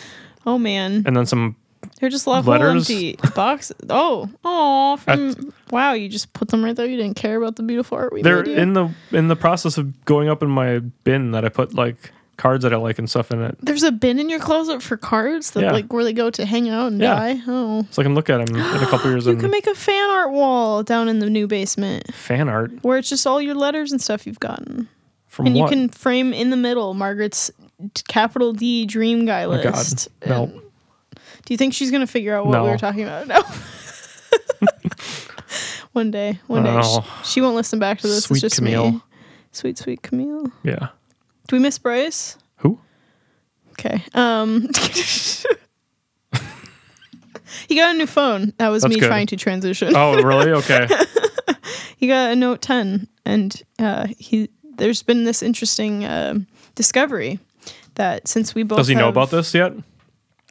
A: Oh man,
B: and then some.
A: they're just left
B: letters?
A: empty boxes. Oh, oh, from
B: At-
A: wow, you just put them right there. You didn't care about the beautiful art we
B: They're
A: made. you?
B: in the in the process of going up in my bin that I put like cards that I like and stuff in it,
A: There's a bin in your closet for cards that
B: Yeah.
A: like where they go to hang out and
B: Yeah.
A: die. Oh.
B: so I can look at
A: [gasps]
B: them in a couple years
A: You
B: and
A: can make a fan art wall down in the new basement
B: fan art
A: where it's just all your letters and stuff you've gotten.
B: from
A: and you
B: what?
A: can frame in the middle Margaret's d- capital D dream guy
B: oh God,
A: list.
B: no.
A: And Do you think she's gonna figure out what we
B: No.
A: were talking about? [laughs] No. one day, one day,
B: Oh.
A: she, she won't listen back to this.
B: Sweet
A: it's just me.
B: Camille.
A: Sweet, sweet Camille. Do
B: Yeah.
A: we miss Bryce?
B: Who?
A: Okay. Um. [laughs] You got a new phone. That was
B: That's
A: me
B: good.
A: trying to transition.
B: Oh, really? Okay.
A: He got a Note 10, and uh, he there's been this interesting um discovery that since we [laughs] both
B: Does he know
A: have-
B: about this yet?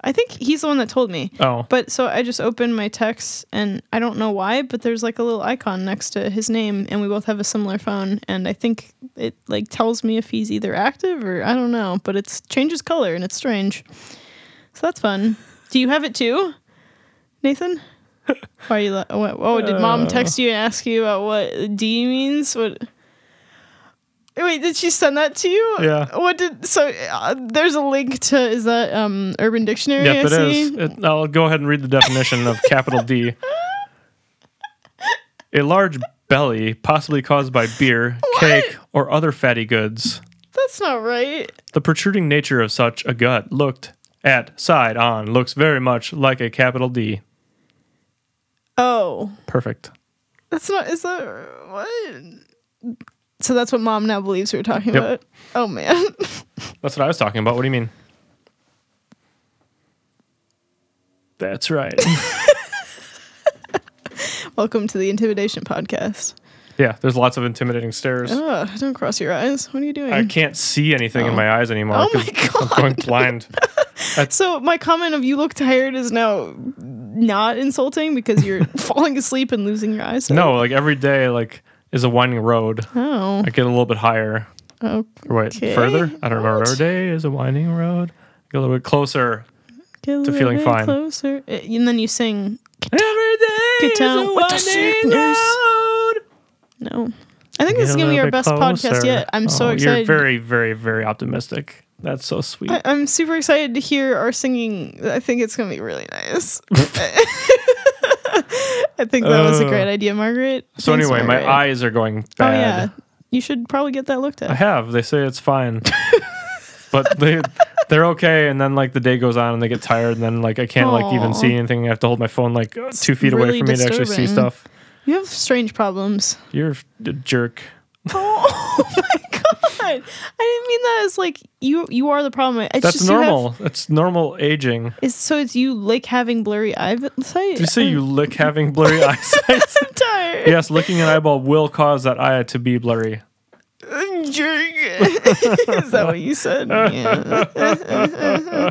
A: I think he's the one that told me.
B: Oh,
A: But so I just opened my text, and I don't know why, but there's like a little icon next to his name, and we both have a similar phone, and I think it like tells me if he's either active or I don't know, but it's changes color and it's strange. So that's fun. Do you have it too,
B: [laughs]
A: Nathan? Why are you? La- what, oh, did
B: Uh.
A: mom text you and ask you about what D means? What? Wait, did she send that to you?
B: Yeah.
A: What did so? Uh, there's a link to is that um Urban Dictionary? I
B: yep, it
A: see?
B: is. It, I'll go ahead and read the definition of capital D. A large belly, possibly caused by beer, cake, or other fatty goods.
A: That's not right.
B: The protruding nature of such a gut looked at side on looks very much like a capital D.
A: Oh,
B: Perfect.
A: that's not. Is that what? So that's what mom now believes we were talking
B: Yep.
A: about. Oh man, [laughs]
B: That's what I was talking about. What do you mean? That's right. [laughs]
A: welcome to the intimidation podcast.
B: yeah, there's lots of intimidating stares.
A: Ugh, don't cross your eyes. What are you doing?
B: I can't see anything in my eyes anymore.
A: Oh my
B: 'cause I'm going blind.
A: so my comment of you look tired is now not insulting because
B: [laughs]
A: you're falling asleep and losing your eyes.
B: No, like every day, like is a winding road.
A: Oh.
B: I get a little bit higher.
A: Oh.
B: Or wait,
A: Okay.
B: further? I don't remember.
A: What?
B: Every day is a winding road. Get a little bit closer.
A: Get a little
B: feeling
A: bit
B: fine.
A: Closer, Uh, and then you sing.
B: Every day
A: Get
B: is
A: down
B: a
A: with the
B: winding
A: sickness.
B: road.
A: No, I think
B: Get
A: this is
B: a
A: gonna be
B: little
A: our
B: bit
A: best podcast
B: closer.
A: yet. I'm so
B: Oh,
A: excited.
B: You're very, very, very optimistic. That's so sweet.
A: I, I'm super excited to hear our singing. I think it's going to be really
B: [laughs]
A: nice. [laughs] I think that was a
B: Uh,
A: great idea, Margaret.
B: so
A: Thanks,
B: anyway, my
A: Margaret.
B: eyes are going
A: Oh,
B: bad.
A: yeah. You should probably get that looked
B: I
A: at.
B: have. They say
A: [laughs]
B: it's fine. but they they're okay and then like the day goes on and they get tired and then like I can't like even
A: Aw.
B: see anything. I have to hold my phone like uh, two feet away
A: really
B: from me to actually see
A: disturbing.
B: stuff.
A: You have strange problems. [laughs]
B: You're a jerk.
A: Oh, my god! I didn't mean that as like you. You are the problem. It's
B: That's
A: just you have-
B: normal. That's normal aging.
A: it's, so it's you like having blurry eyesight.
B: Did you
A: [laughs]
B: say you lick having blurry eyesight?
A: I'm tired.
B: [laughs] yes, licking an eyeball will cause that eye to be blurry.
A: [laughs] Is that what you said? Yeah.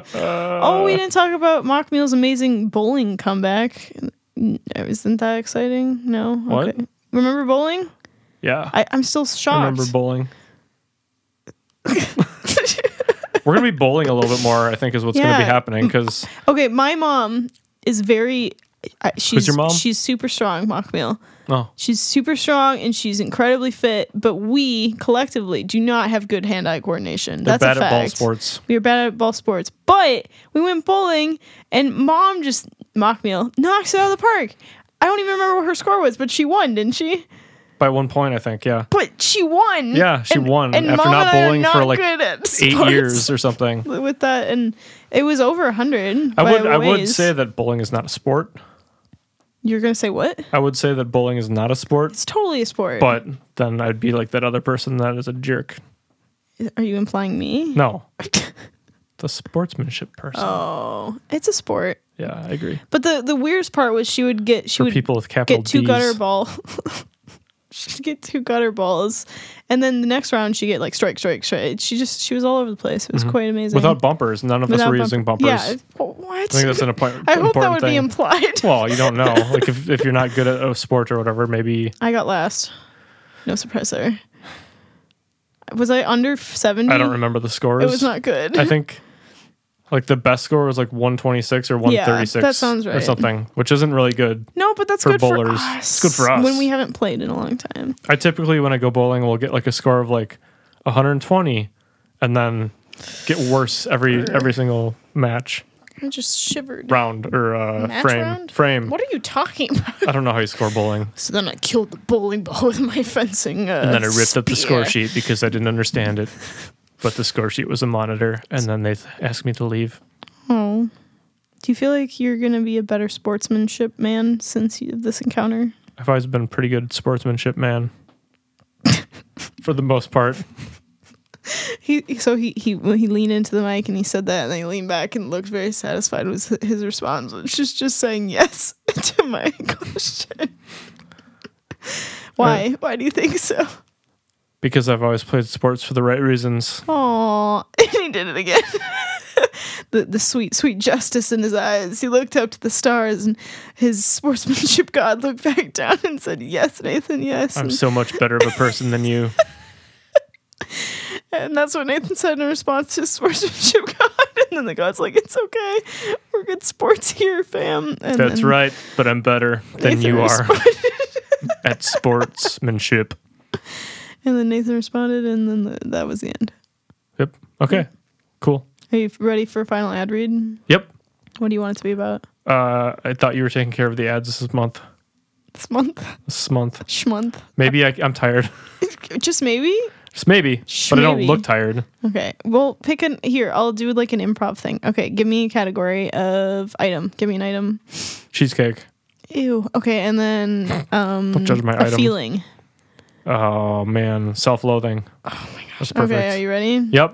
A: [laughs] oh, we didn't talk about Mock Meal's amazing bowling comeback. Isn't that exciting? No.
B: What?
A: Remember bowling?
B: Yeah.
A: I, I'm still
B: I
A: shocked.
B: remember bowling. [laughs] We're gonna be bowling a little bit more. I think is what's gonna be
A: Yeah.
B: happening because
A: okay, my mom is very. I- She's
B: your mom?
A: She's super strong, Mock Meal.
B: oh,
A: She's super strong and she's incredibly fit, but we collectively do not have good hand-eye coordination.
B: they're
A: That's
B: bad
A: a
B: at
A: fact.
B: ball sports.
A: We were bad at ball sports, but we went bowling, and mom just mock meal knocks it out of the park. I don't even remember what her score was, but she won, didn't she?
B: By one point, I think. Yeah,
A: But she won.
B: Yeah, she
A: And-
B: won
A: And
B: after
A: mom
B: not
A: and I are
B: bowling for,
A: not
B: like,
A: good at
B: [laughs] eight
A: sports
B: years or something.
A: [laughs] with that, and it was over hundred.
B: I would I would say that bowling is not a sport.
A: you're gonna say what?
B: I would say that bowling is not a sport,
A: It's totally a sport.
B: but then I'd be like that other person that is a jerk.
A: are you implying me?
B: No, the sportsmanship person.
A: [laughs] Oh, it's a sport.
B: Yeah, I agree.
A: But the the weirdest part was she would get she
B: For
A: would
B: people with capital
A: get two
B: D's.
A: gutter ball. [laughs] She'd get two gutter balls, and then the next round she get like strike, strike, strike. She just she was all over the place. It was quite amazing.
B: Mm-hmm. Without bumpers, none of us
A: Without
B: were
A: bump-
B: using bumpers.
A: Yeah. Well, What?
B: I
A: [laughs]
B: think that's an important.
A: I hope that
B: important
A: would
B: thing.
A: be implied. [laughs]
B: Well, you don't know. Like if, if you're not good at a sport or whatever, maybe
A: I got last. No surprise there. Was I under seventy?
B: I don't remember the scores.
A: Mm. It was not good.
B: I think like the best score was like 126 or 136.
A: that sounds
B: Or
A: right.
B: something, which isn't really good.
A: no, but that's
B: for
A: good for
B: bowlers.
A: us.
B: It's good for us.
A: when we haven't played in a long time.
B: I typically when I go bowling will get like a score of like 120 and then get worse every every single match
A: I just shivered.
B: round or uh,
A: Match
B: frame
A: round?
B: frame.
A: What are you talking [laughs] about?
B: I don't know how you score
A: [laughs]
B: bowling.
A: So then I killed the bowling ball with my fencing. Uh,
B: And then I ripped up the score
A: spear.
B: sheet because I didn't understand it. But the score sheet was a monitor, and then they th- asked me to leave.
A: Oh. Do you feel like you're going to be a better sportsmanship man since you, this encounter?
B: I've always been a pretty good sportsmanship
A: [laughs]
B: man. For the most part.
A: He he- so he he when he leaned into the mic and he said that and then he leaned back and looked very satisfied with hi- his response, which is just saying yes [laughs] to my question. Why? Why do you think so?
B: Because I've always played sports for the right reasons.
A: Aw, [laughs] and he did it again. the the sweet sweet justice in his eyes. He looked up to the stars, and his [laughs] sportsmanship god looked back down and said, "Yes, Nathan, yes." [laughs]
B: I'm
A: And,
B: so much better of a person than you.
A: and that's what Nathan said in response to his sportsmanship [laughs] god. And then the god's like, "It's okay, we're good sports here, fam." [laughs] And
B: That's
A: then
B: right, but I'm better than
A: Nathan
B: you are
A: responded-
B: at sportsmanship.
A: [laughs] and then Nathan responded, and then the, that was the end.
B: Yep. Okay. Cool.
A: Are you ready for a final ad read?
B: Yep.
A: What do you want it to be about
B: Uh, I thought you were taking care of the ads this month.
A: this month? [laughs]
B: This month.
A: Schmonth?
B: Maybe I, I'm tired. [laughs]
A: Just maybe.
B: Just maybe.
A: Sh-
B: But I don't
A: maybe.
B: look tired.
A: Okay. Well, pick an here. I'll do like an improv thing. Okay. Give me a category of item. Give me an item.
B: Cheesecake.
A: Ew. Okay. And then um,
B: [laughs] Don't judge my
A: a
B: item.
A: feeling.
B: Oh man, self-loathing. Oh my gosh. That's perfect.
A: Okay. Are you ready?
B: Yep.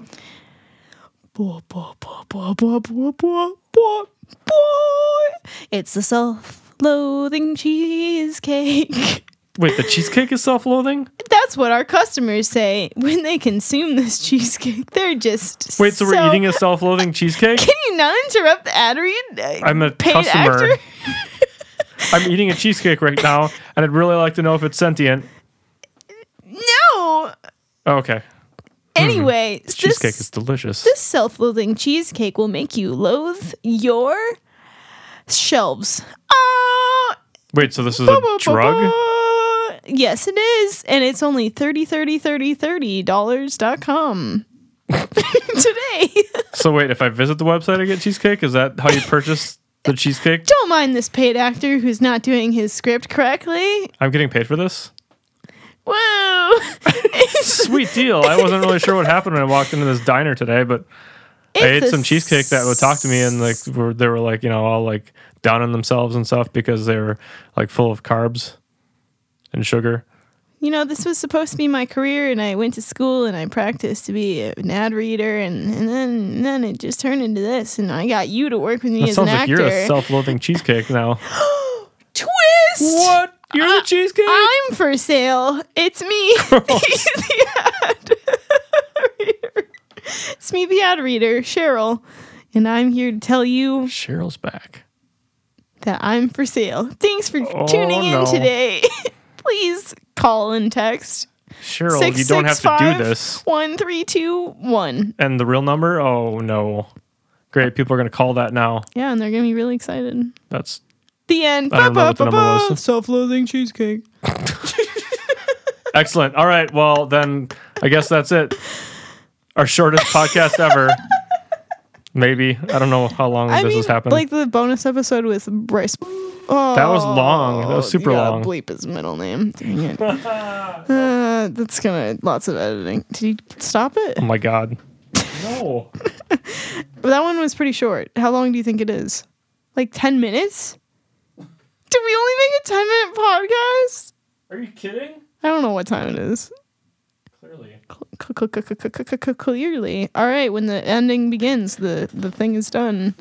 A: Boy, boy, boy, boy, boy, boy, boy, boy, boy. It's the self-loathing cheesecake. [laughs]
B: Wait, the cheesecake is self-loathing?
A: That's what our customers say when they consume this cheesecake. They're just
B: Wait, so, we're eating a
A: [laughs]
B: self-loathing cheesecake?
A: Can you not interrupt the ad read?
B: I'm a
A: Paid
B: customer.
A: actor?
B: I'm eating a cheesecake right now, and I'd really like to know if it's sentient.
A: No.
B: Oh, okay.
A: Anyway, this
B: Cheesecake is delicious.
A: This self-loathing cheesecake will make you loathe your shelves. Ah,
B: Wait, so this is a drug?
A: Yes, it is, and it's only 30 30 30 30 dollars dot com [laughs] today. [laughs]
B: So wait, if I visit the website, I get cheesecake. Is that how you purchase the cheesecake?
A: Don't mind this paid actor who's not doing his script correctly.
B: I'm getting paid for this. [laughs]
A: Whoa! it's
B: Sweet deal. I wasn't really sure what happened when I walked into this diner today, but I ate
A: a
B: some cheesecake that would talk to me, and like were, they were like, you know, all like down on themselves and stuff because they were like full of carbs and sugar.
A: you know, this was supposed to be my career, and I went to school and I practiced to be an ad reader, and, and then and then it just turned into this, and I got you to work with me
B: That
A: as
B: sounds
A: an
B: like
A: actor.
B: you're a self-loathing
A: [laughs]
B: cheesecake now.
A: Twist.
B: what? You're
A: Uh,
B: the cheesecake?
A: I'm for sale. It's
B: [laughs]
A: me. [laughs] the ad reader. It's me, the ad reader, Cheryl, and I'm here to tell you
B: Cheryl's back.
A: that I'm for sale. Thanks for
B: Oh,
A: tuning in
B: no.
A: today. [laughs] Please call and text.
B: Cheryl,
A: Six,
B: you don't
A: six,
B: have to
A: five,
B: do this.
A: One three two one.
B: And the real number? Oh no. Great, people are gonna call that now.
A: Yeah, and they're gonna be really excited.
B: That's
A: The end.
B: I don't know what the number
A: Ba-ba-ba-ba.
B: was.
A: Self-loathing cheesecake.
B: excellent. All right, well then I guess that's it. Our shortest podcast ever. Maybe. I don't know how long
A: I
B: this
A: mean,
B: has happened.
A: like the bonus episode with Bryce. Oh,
B: that was long. That was super
A: you gotta
B: long.
A: Bleep his middle name. Dang
B: [laughs]
A: it. uh, that's gonna lots of editing. Did you stop it?
B: Oh my god. No.
A: But that one was pretty short. How long do you think it is? Like ten minutes? Did we only make a ten minute podcast?
B: Are you kidding?
A: I don't know what time it is.
B: Clearly.
A: Cl- cl- cl- cl- cl- cl- Clearly, all right. When the ending begins, the the thing is done.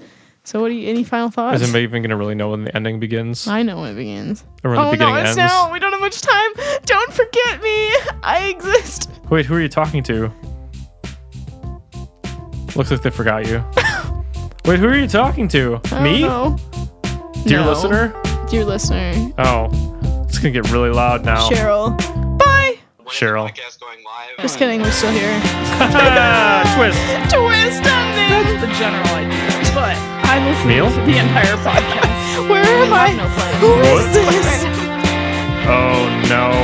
A: So, what do you? Any final thoughts?
B: Is anybody even gonna really know when the ending begins?
A: I know when it begins.
B: Or when the beginning
A: Oh, no, it's
B: ends?
A: now. We don't have much time. Don't forget me. I exist.
B: Wait, who are you talking to? Looks like they forgot
A: [laughs]
B: you. Wait, who are you talking to?
A: I
B: Me?
A: don't know.
B: Dear
A: Oh, No.
B: listener?
A: Dear listener.
B: Oh. It's gonna get really loud now.
A: Cheryl. Bye.
F: When is the
B: Cheryl.
F: podcast going live?
A: Just kidding. We're still here.
B: Ah, [laughs] twist.
A: [laughs] Twist on this.
C: the general idea. But I listened
B: Neil?
C: to the entire podcast.
A: Where am I?
C: no plan.
A: Who is
B: What?
A: this?
B: Oh no.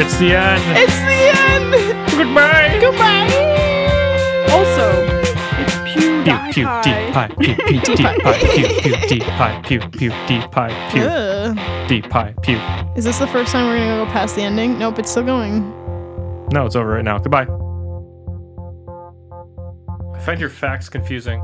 B: It's the end.
A: It's the end.
B: Goodbye.
A: Goodbye.
C: Also, it's pew
B: Pew
C: die
B: pew
C: pie.
B: dee pie pew pew dee pie pew pew dee pie pew pew dee pie pew
A: Ugh.
B: dee pie pew.
A: Is this the first time we're gonna go past the ending? Nope, it's still going.
B: No, it's over right now. Goodbye. I find your facts confusing.